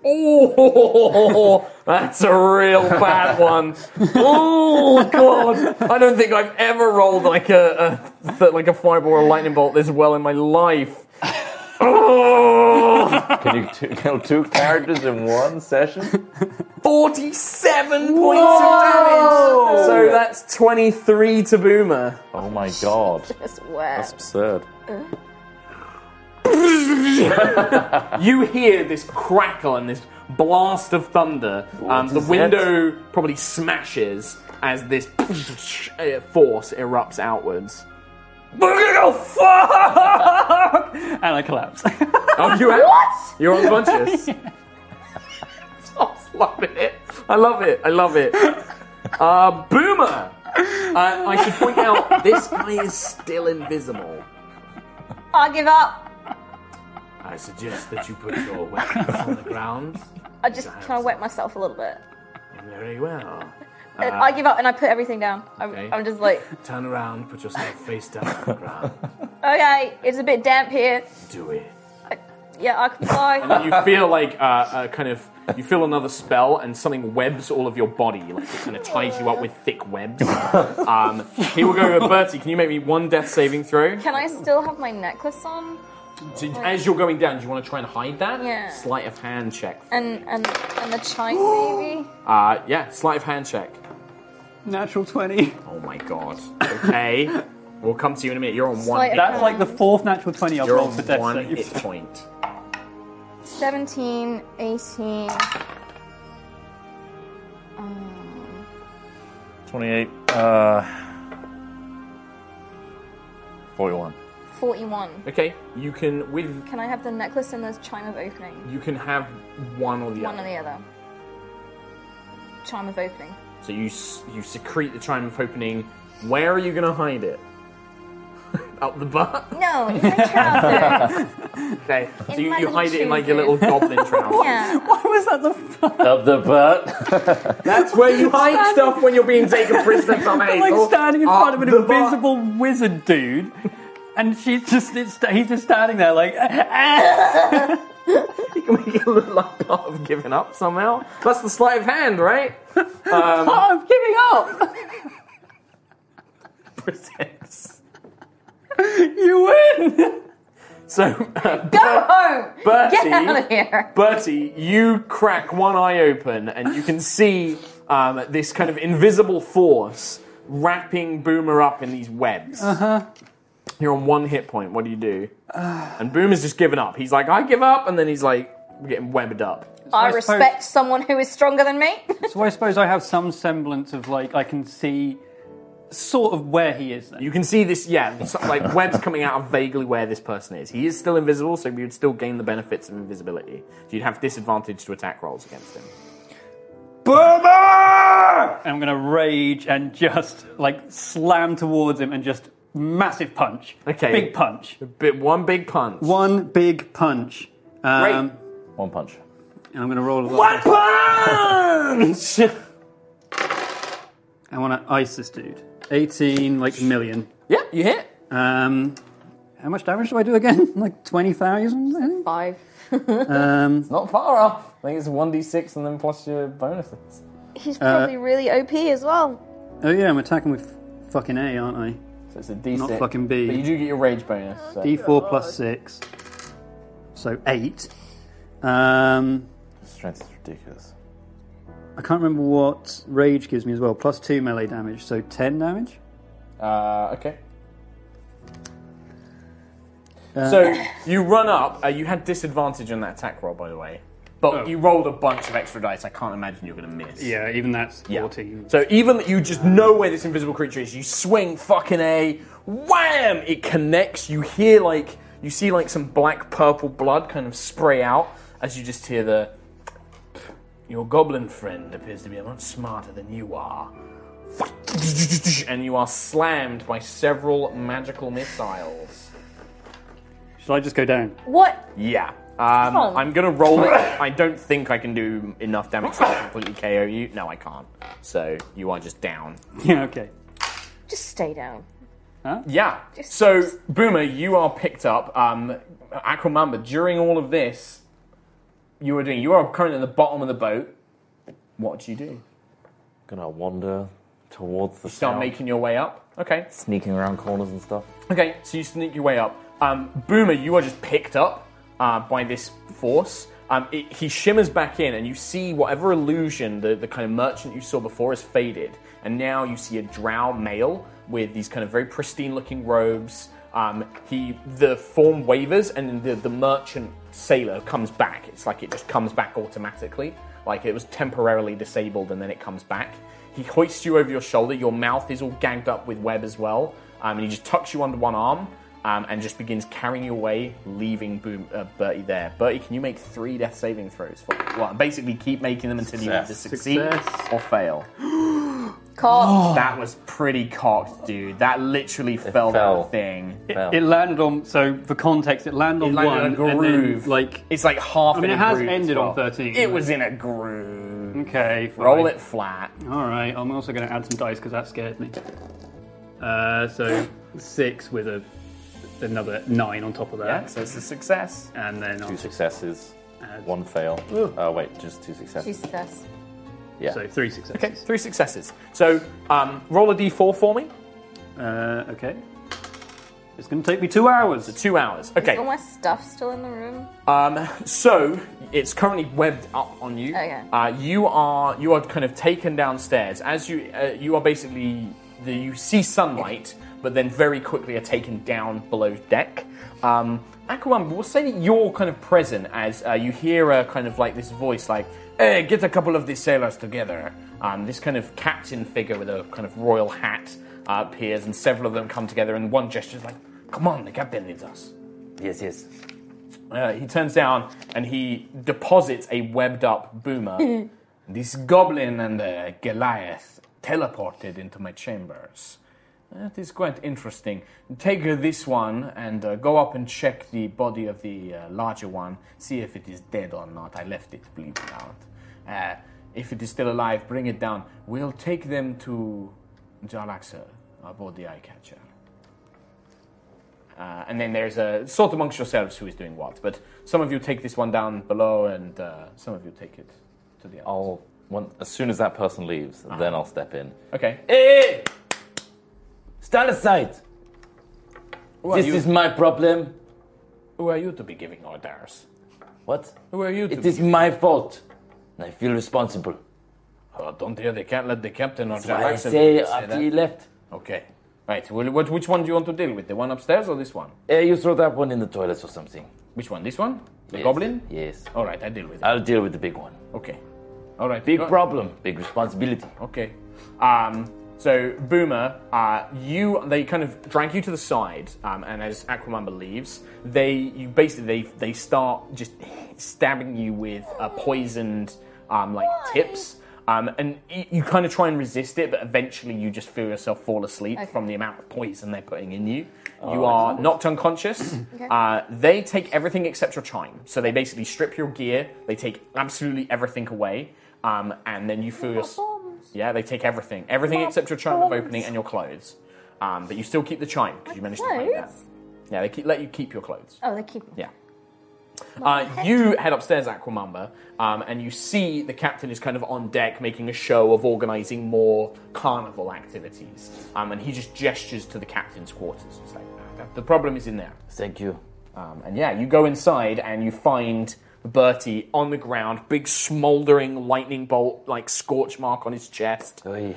oh, that's a real bad one. Oh god, I don't think I've ever rolled like a, a th- like a fireball or a lightning bolt this well in my life. Oh, Can you two, kill two characters in one session? 47 points of damage. So that's 23 to Boomer. Oh my god. That's wow. That's absurd. You hear this crackle and this blast of thunder. Um, the is window probably smashes as this uh, force erupts outwards. Oh, fuck! and I collapse. Oh, you out? What? You're unconscious. I love it. I love it. I love it. Uh, boomer. Uh, I should point out this guy is still invisible. I give up. I suggest that you put your weapons on the ground. I just kind of wet myself a little bit. Very well. And I give up and I put everything down. I'm, okay. I'm just like, Turn around, put yourself face down on the ground. okay, it's a bit damp here. Do it. I, yeah, I can fly. You feel like uh, uh, kind of. You feel another spell, and something webs all of your body, like it kind of ties you up with thick webs. Um, here we go, Bertie. Can you make me one death saving throw? Can I still have my necklace on? So, as you're going down, do you want to try and hide that? Yeah. Sleight of hand check. And and and the chime maybe? Uh, yeah, sleight of hand check. Natural 20. Oh my god. Okay. we'll come to you in a minute. You're on one. Sleight Hit. of- That's like the fourth natural 20 I've You're rolled on for death one saves. hit point. 17, 18. Um, 28, uh, 41. 41. Okay, you can with Can I have the necklace and the chime of opening? you can have one or the One or other. the other. Chime of opening. So you s- you secrete the chime of opening. Where are you gonna hide it? Up the butt. No, in my trousers. Okay. So In you, my you little hide it in like your little choosers. goblin trousers. yeah. Why was that the fuck? Up the butt. That's where you hide stuff when you're being taken prisoner from I'm Hazel. like standing in front of an Up the butt. invisible wizard dude, and she's just it's, he's just standing there like. You can make it look like part of giving up somehow. That's the sleight of hand, right? I'm giving up. Presents. You win. So, uh, Go home! Bertie. Get out of here! Bertie, you crack one eye open and you can see um, this kind of invisible force wrapping Boomer up in these webs. Uh huh. You're on one hit point. What do you do? and Boomer's just given up. He's like, I give up, and then he's like, getting webbed up. I, I suppose- respect someone who is stronger than me. So I suppose I have some semblance of like I can see sort of where he is. Then. You can see this, yeah, so- like webs coming out of vaguely where this person is. He is still invisible, so you'd still gain the benefits of invisibility. So you'd have disadvantage to attack rolls against him. Boomer! And I'm gonna rage and just like slam towards him and just massive punch. Okay. Big punch. Bit one big punch. One big punch. Um, Great. One punch. and I'm gonna roll a lot. One punch! I wanna ice this dude. 18 like million. yeah, you hit. Um, how much damage do I do again? Like 20,000? I think? Five. Um, Not far off. I think it's 1d6 and then plus your bonuses. He's Uh, probably really OP as well. oh yeah, I'm attacking with fucking A, aren't I? So it's a d6. Not fucking B. But you do get your rage bonus. So. D4 plus 6. So 8. Um, Strength is ridiculous. I can't remember what rage gives me as well. Plus 2 melee damage, so 10 damage? Uh, okay. Uh. so you run up. Uh, you had disadvantage on that attack roll, by the way. But Oh. you rolled a bunch of extra dice. I can't imagine you're going to miss. Yeah, even that's Yeah. 14. So even that you just know where this invisible creature is, you swing fucking a wham! It connects. You hear like you see like some black purple blood kind of spray out as you just hear the your goblin friend appears to be much smarter than you are. And you are slammed by several magical missiles. Shall I just go down? What? Yeah. Um, Oh. I'm gonna roll it. I don't think I can do enough damage to completely KO you. No, I can't. So you are just down. Yeah, okay. Just stay down. Yeah. So, Boomer, you are picked up. Um, Aquamamba, during all of this, you were doing. You are currently at the bottom of the boat. What do you do? Gonna wander towards the Start south, making your way up. Okay. sneaking around corners and stuff. Okay. So you sneak your way up. Um, Boomer, you are just picked up uh, by this force. Um, it, he shimmers back in, and you see whatever illusion the, the kind of merchant you saw before is faded, and now you see a drow male with these kind of very pristine-looking robes. Um, he the form wavers, and the the merchant sailor comes back. It's like it just comes back automatically, like it was temporarily disabled, and then it comes back. He hoists you over your shoulder. Your mouth is all gagged up with web as well, um, and he just tucks you under one arm um, and just begins carrying you away, leaving Boom, uh, Bertie there. Bertie, can you make three death saving throws? For, well, basically keep making them until you either Success. succeed Success. or fail. Cock. That was pretty cocked, dude. That literally fell, fell. that thing. It, Well. it landed on, so for context, it landed on landed one. in a and then, groove. like, It's like half. I mean, in it a has groove as ended on well. 13, It like- was in a groove. okay, fine. Roll it flat. All right, I'm also going to add some dice because that scared me. Uh, so six with a another nine on top of Yeah, that, so it's a success. and then I'll Two successes, add one fail. Ooh. Oh, wait, just two successes. Jesus. Yeah. So three successes. Okay, three successes. So um, roll a d4 for me. Uh, okay. It's going to take me two hours. Two hours. Okay. Is all my stuff still in the room? Um, so it's currently webbed up on you. Okay. Uh, you are you are kind of taken downstairs as you uh, you are basically the, you see sunlight, but then very quickly are taken down below deck. Um, Aquaman, we'll say that you're kind of present as uh, you hear a kind of like this voice, like, "Hey, get a couple of these sailors together." Um, this kind of captain figure with a kind of royal hat uh, appears, and several of them come together, and one gesture is like, "Come on, the captain needs us." Yes, yes. Uh, he turns down and he deposits a webbed up boomer. this goblin and the Goliath teleported into my chambers. That is quite interesting. Take uh, this one and uh, go up and check the body of the uh, larger one. See if it is dead or not. I left it bleeding out. Uh, if it is still alive, bring it down. We'll take them to Jalaxa aboard the Eye Catcher. Uh, and then there's a sort amongst yourselves who is doing what. But some of you take this one down below, and uh, some of you take it to the other. Oh. I'll when, as soon as that person leaves, then I'll step in. Okay. Hey! Stand aside! Who are, This you, is my problem. who are you to be giving orders? What? Who are you to It be? is my fault. And I feel responsible. Oh, don't hear they can't let the captain Why or I Jalaxa say that. after he left. Okay. Right. Well, what, which one do you want to deal with? The one upstairs or this one? Eh, you throw that one in the toilets or something. Which one? This one? The Yes. goblin? Oh. Yes. All right, I deal with it. I'll deal with the big one. okay. All right. Big go- problem, big responsibility. Okay. Um, so Boomer, uh, you they kind of drag you to the side, um, and as Aquamamba leaves, they you basically they they start just stabbing you with uh, poisoned um, like tips. Um, and y- you kind of try and resist it, but eventually you just feel yourself fall asleep from the amount of poison they're putting in you. you are knocked unconscious. uh, they take everything except your chime. So they basically strip your gear, they take absolutely everything away, um, and then you feel yourself. Yeah, they take everything. Everything except your chime of opening and your clothes. Um, but you still keep the chime because you managed to find that. Clothes? Yeah, they keep, let you keep your clothes. Oh, they keep. Yeah. Uh, you head upstairs, Aquamamba, um, and you see the captain is kind of on deck making a show of organising more carnival activities. Um, and he just gestures to the captain's quarters. It's like, "Ah, the problem is in there. Thank you. Um, and yeah, you go inside and you find Bertie on the ground, big smouldering lightning bolt like scorch mark on his chest. Oi.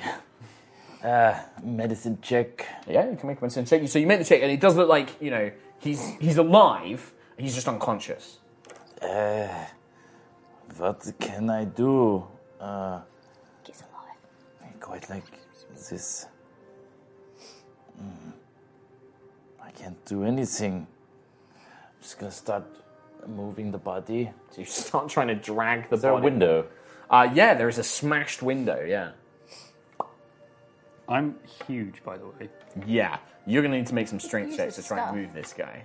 Uh, medicine check. Yeah, you can make a medicine check. So you make the check, and it does look like you know he's he's alive. He's just unconscious. Uh, what can I do? Uh, He's alive. I quite like this. Mm. I can't do anything. I'm just gonna start moving the body. So you start trying to drag the Is there a body. window? Uh, yeah, there is a smashed window. Yeah, I'm huge, by the way. yeah. You're gonna need to make some strength Use checks to his try and stuff. move this guy.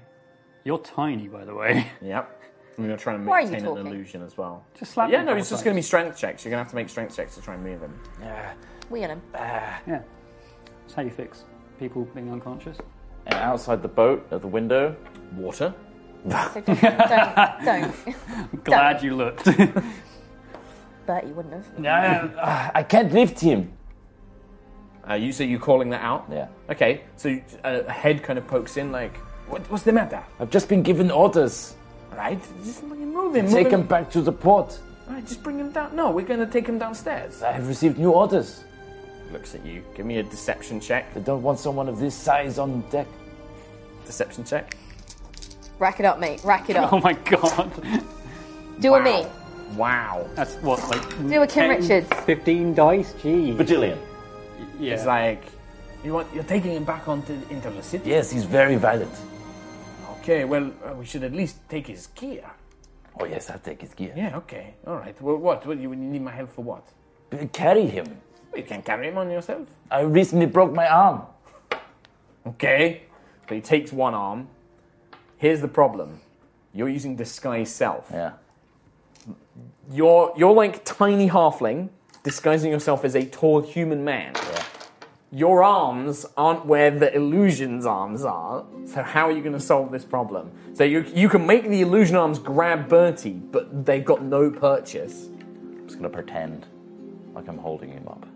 You're tiny, by the way. Yep. And you're trying to Why are you maintain an talking? illusion as well. Just slap yeah, him a no, couple it's just times. gonna be strength checks. You're gonna have to make strength checks to try and move him. Ah, We on him. Yeah. That's how you fix people being unconscious. And outside the boat, at the window, Water. So don't, don't, don't. Glad you looked. But you wouldn't have. I can't lift him. Uh, you so you calling that out? Yeah. Okay. So you- uh, a head kind of pokes in, like, what, what's the matter? I've just been given orders. Right? Just fucking move him. Take move him back to the port. Right, just bring him down. No, we're gonna take him downstairs. I have received new orders. looks at you. Give me a deception check. I don't want someone of this size on deck. Deception check. Rack it up, mate. Rack it up. oh my god. Do a me. Wow. That's what, like. Do a 10, Kim Richards. 15 dice? Gee. Bajillion. yeah. It's like you want you're taking him back onto into the city. Yes, he's very violent. Okay. Well, uh, we should at least take his gear. Oh yes, I'll take his gear. Yeah. Okay. All right. Well, what? What you, you need my help for? What? B- Carry him. Well, you can carry him on yourself. I recently broke my arm. Okay. So he takes one arm. Here's the problem. You're using disguise self. Yeah. You're you're like tiny halfling disguising yourself as a tall human man. Your arms aren't where the illusion's arms are. So how are you going to solve this problem? So you you can make the illusion arms grab Bertie, but they've got no purchase. I'm just gonna pretend like I'm holding him up.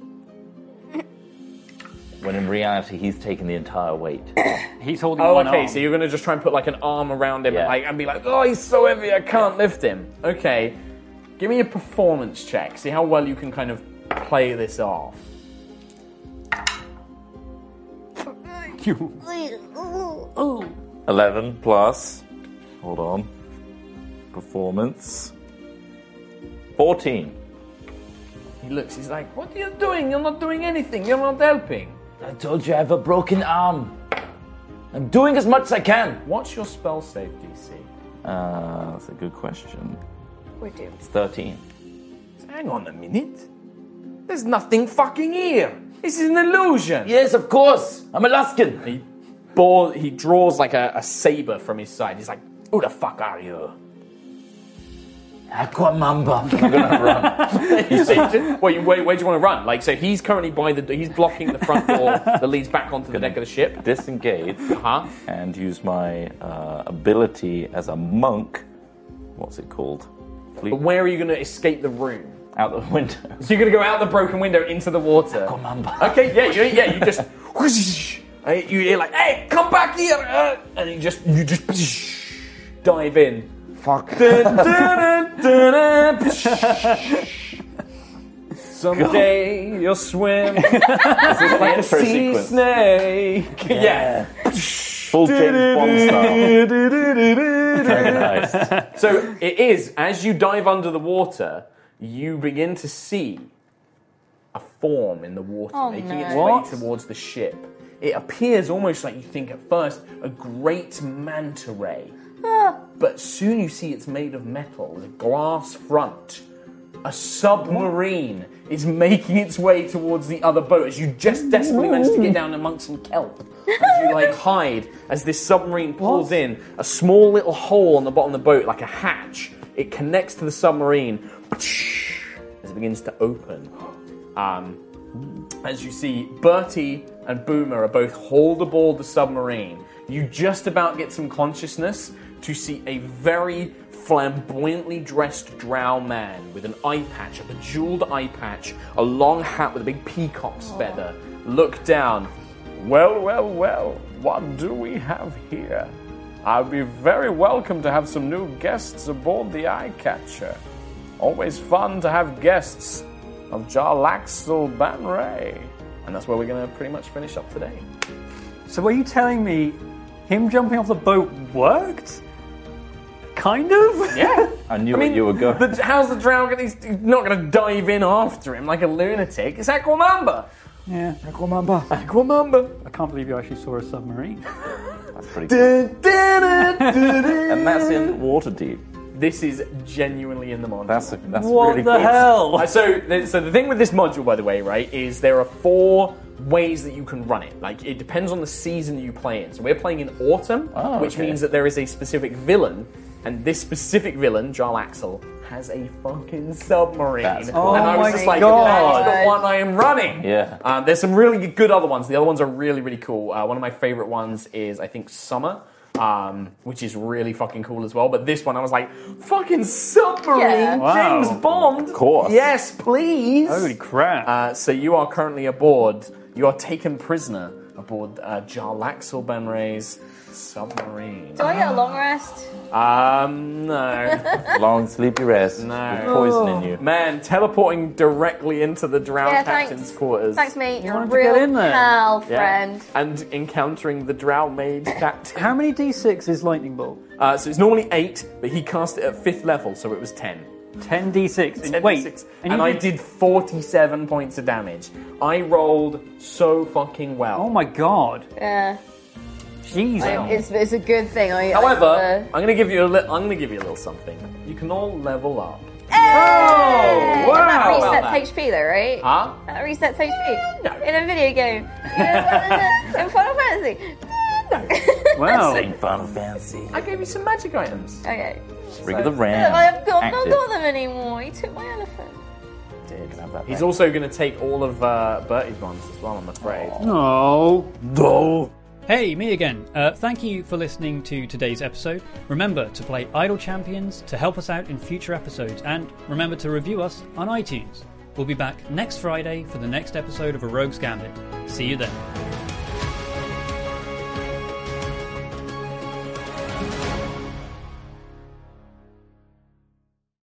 When in reality, he's taking the entire weight. He's holding Oh, one okay. arm. So you're going to just try and put like an arm around him and Yeah. like and be like, oh, he's so heavy, I can't lift him. Okay. Give me a performance check. See how well you can kind of play this off. Eleven plus. Hold on. Performance. Fourteen. He looks, he's like, What are you doing? You're not doing anything. You're not helping. I told you I have a broken arm. I'm doing as much as I can. What's your spell save DC? Uh, that's a good question. We do. It's thirteen. Hang on a minute. There's nothing fucking here. This is an illusion. Yes, of course. I'm Alaskan. He, bore, he draws like a, a saber from his side. He's like, Who the fuck are you? Aquamamba. You see, just- well, you, where, where do you want to run? Like, so he's currently by the, he's blocking the front door that leads back onto the deck of the ship. Disengage Huh? and use my uh, ability as a monk. What's it called? Fleet But where are you going to escape the room? out the window. So you're going to go out the broken window into the water. Okay, yeah, you, yeah, you just, Uh, you hear like, hey, come back here, uh," and you just, you just dive in. Fuck. Dun, dun, dun, dun, dun. Someday you'll swim like a intro sea sequence? snake. Yeah. Full James Bond style. Very nice. So it is, as you dive under the water, you begin to see a form in the water Oh, making no. its What? way towards the ship. It appears almost like you think at first a great manta ray. Ah. But soon you see it's made of metal with a glass front. A submarine is making its way towards the other boat as you just desperately manage to get down amongst some kelp. As you like hide, as this submarine pulls in, a small little hole on the bottom of the boat, like a hatch. It connects to the submarine as it begins to open. Um, as you see, Bertie and Boomer are both hauled aboard the submarine. You just about get some consciousness to see a very flamboyantly dressed drow man with an eye patch, a bejeweled eye patch, a long hat with a big peacock's feather. Look down. Well, well, well, what do we have here? I'd be very welcome to have some new guests aboard the Eye Catcher. Always fun to have guests of Jarlaxle Ban Ray. And that's where we're going to pretty much finish up today. So were you telling me him jumping off the boat worked? Kind of? Yeah. I knew where you were going. The, how's the drow going to... He's not going to dive in after him like a lunatic. It's Aquamamba. Yeah. Aquamamba. Aquamamba. I can't believe you actually saw a submarine. That's pretty cool. And that's in water deep. This is genuinely in the module. That's a, that's What really the cool. hell? Uh, so, th- so the thing with this module, by the way, right, is there are four ways that you can run it. Like it depends on the season that you play in. So we're playing in autumn, Oh, which okay. means that there is a specific villain, and this specific villain, Jarl Axel, has a fucking submarine. That's cool. And I Oh was my just like, God. that is the one I am running. Yeah. Um, there's some really good other ones. The other ones are really, really cool. Uh, one of my favorite ones is, I think, Summer. Um, which is really fucking cool as well. But this one, I was like, fucking submarine, Yeah. Wow. James Bond. Of course. Yes, please. Holy crap. Uh, so you are currently aboard. You are taken prisoner aboard uh, Jarlaxle Benray's submarine. Do I get a long rest? Um, no. Long sleepy rest. No. Oh. With poison in you. Man, teleporting directly into the drowned Yeah, thanks. captain's quarters. Thanks, mate. You're a wanted to get real in there. pal, Yeah. friend. And encountering the drow maid captain. How many d6 is lightning bolt? Uh, so it's normally eight, but he cast it at fifth level, so it was ten. 10 d6. 10 Wait, six. and and, you I did- did forty-seven points of damage. I rolled so fucking well. Oh my god. Yeah. Jesus. It's, it's a good thing. I, However, I, I'm gonna give you a li- I'm gonna give you a little something. You can all level up. Oh, That wow. resets HP though, right? Huh? That resets HP. No. In a video game. Yeah, what is it? In Final Fantasy. Wow. Final Fantasy. I gave you some magic items. okay. Ring of the Look, Ram. I've got, I've not Active. got them anymore. He took my elephant. You can have that He's back. also gonna take all of uh, Bertie's ones as well. I'm afraid. No. Hey, me again. Uh, thank you for listening to today's episode. Remember to play Idle Champions to help us out in future episodes, and remember to review us on iTunes. We'll be back next Friday for the next episode of A Rogue's Gambit. See you then.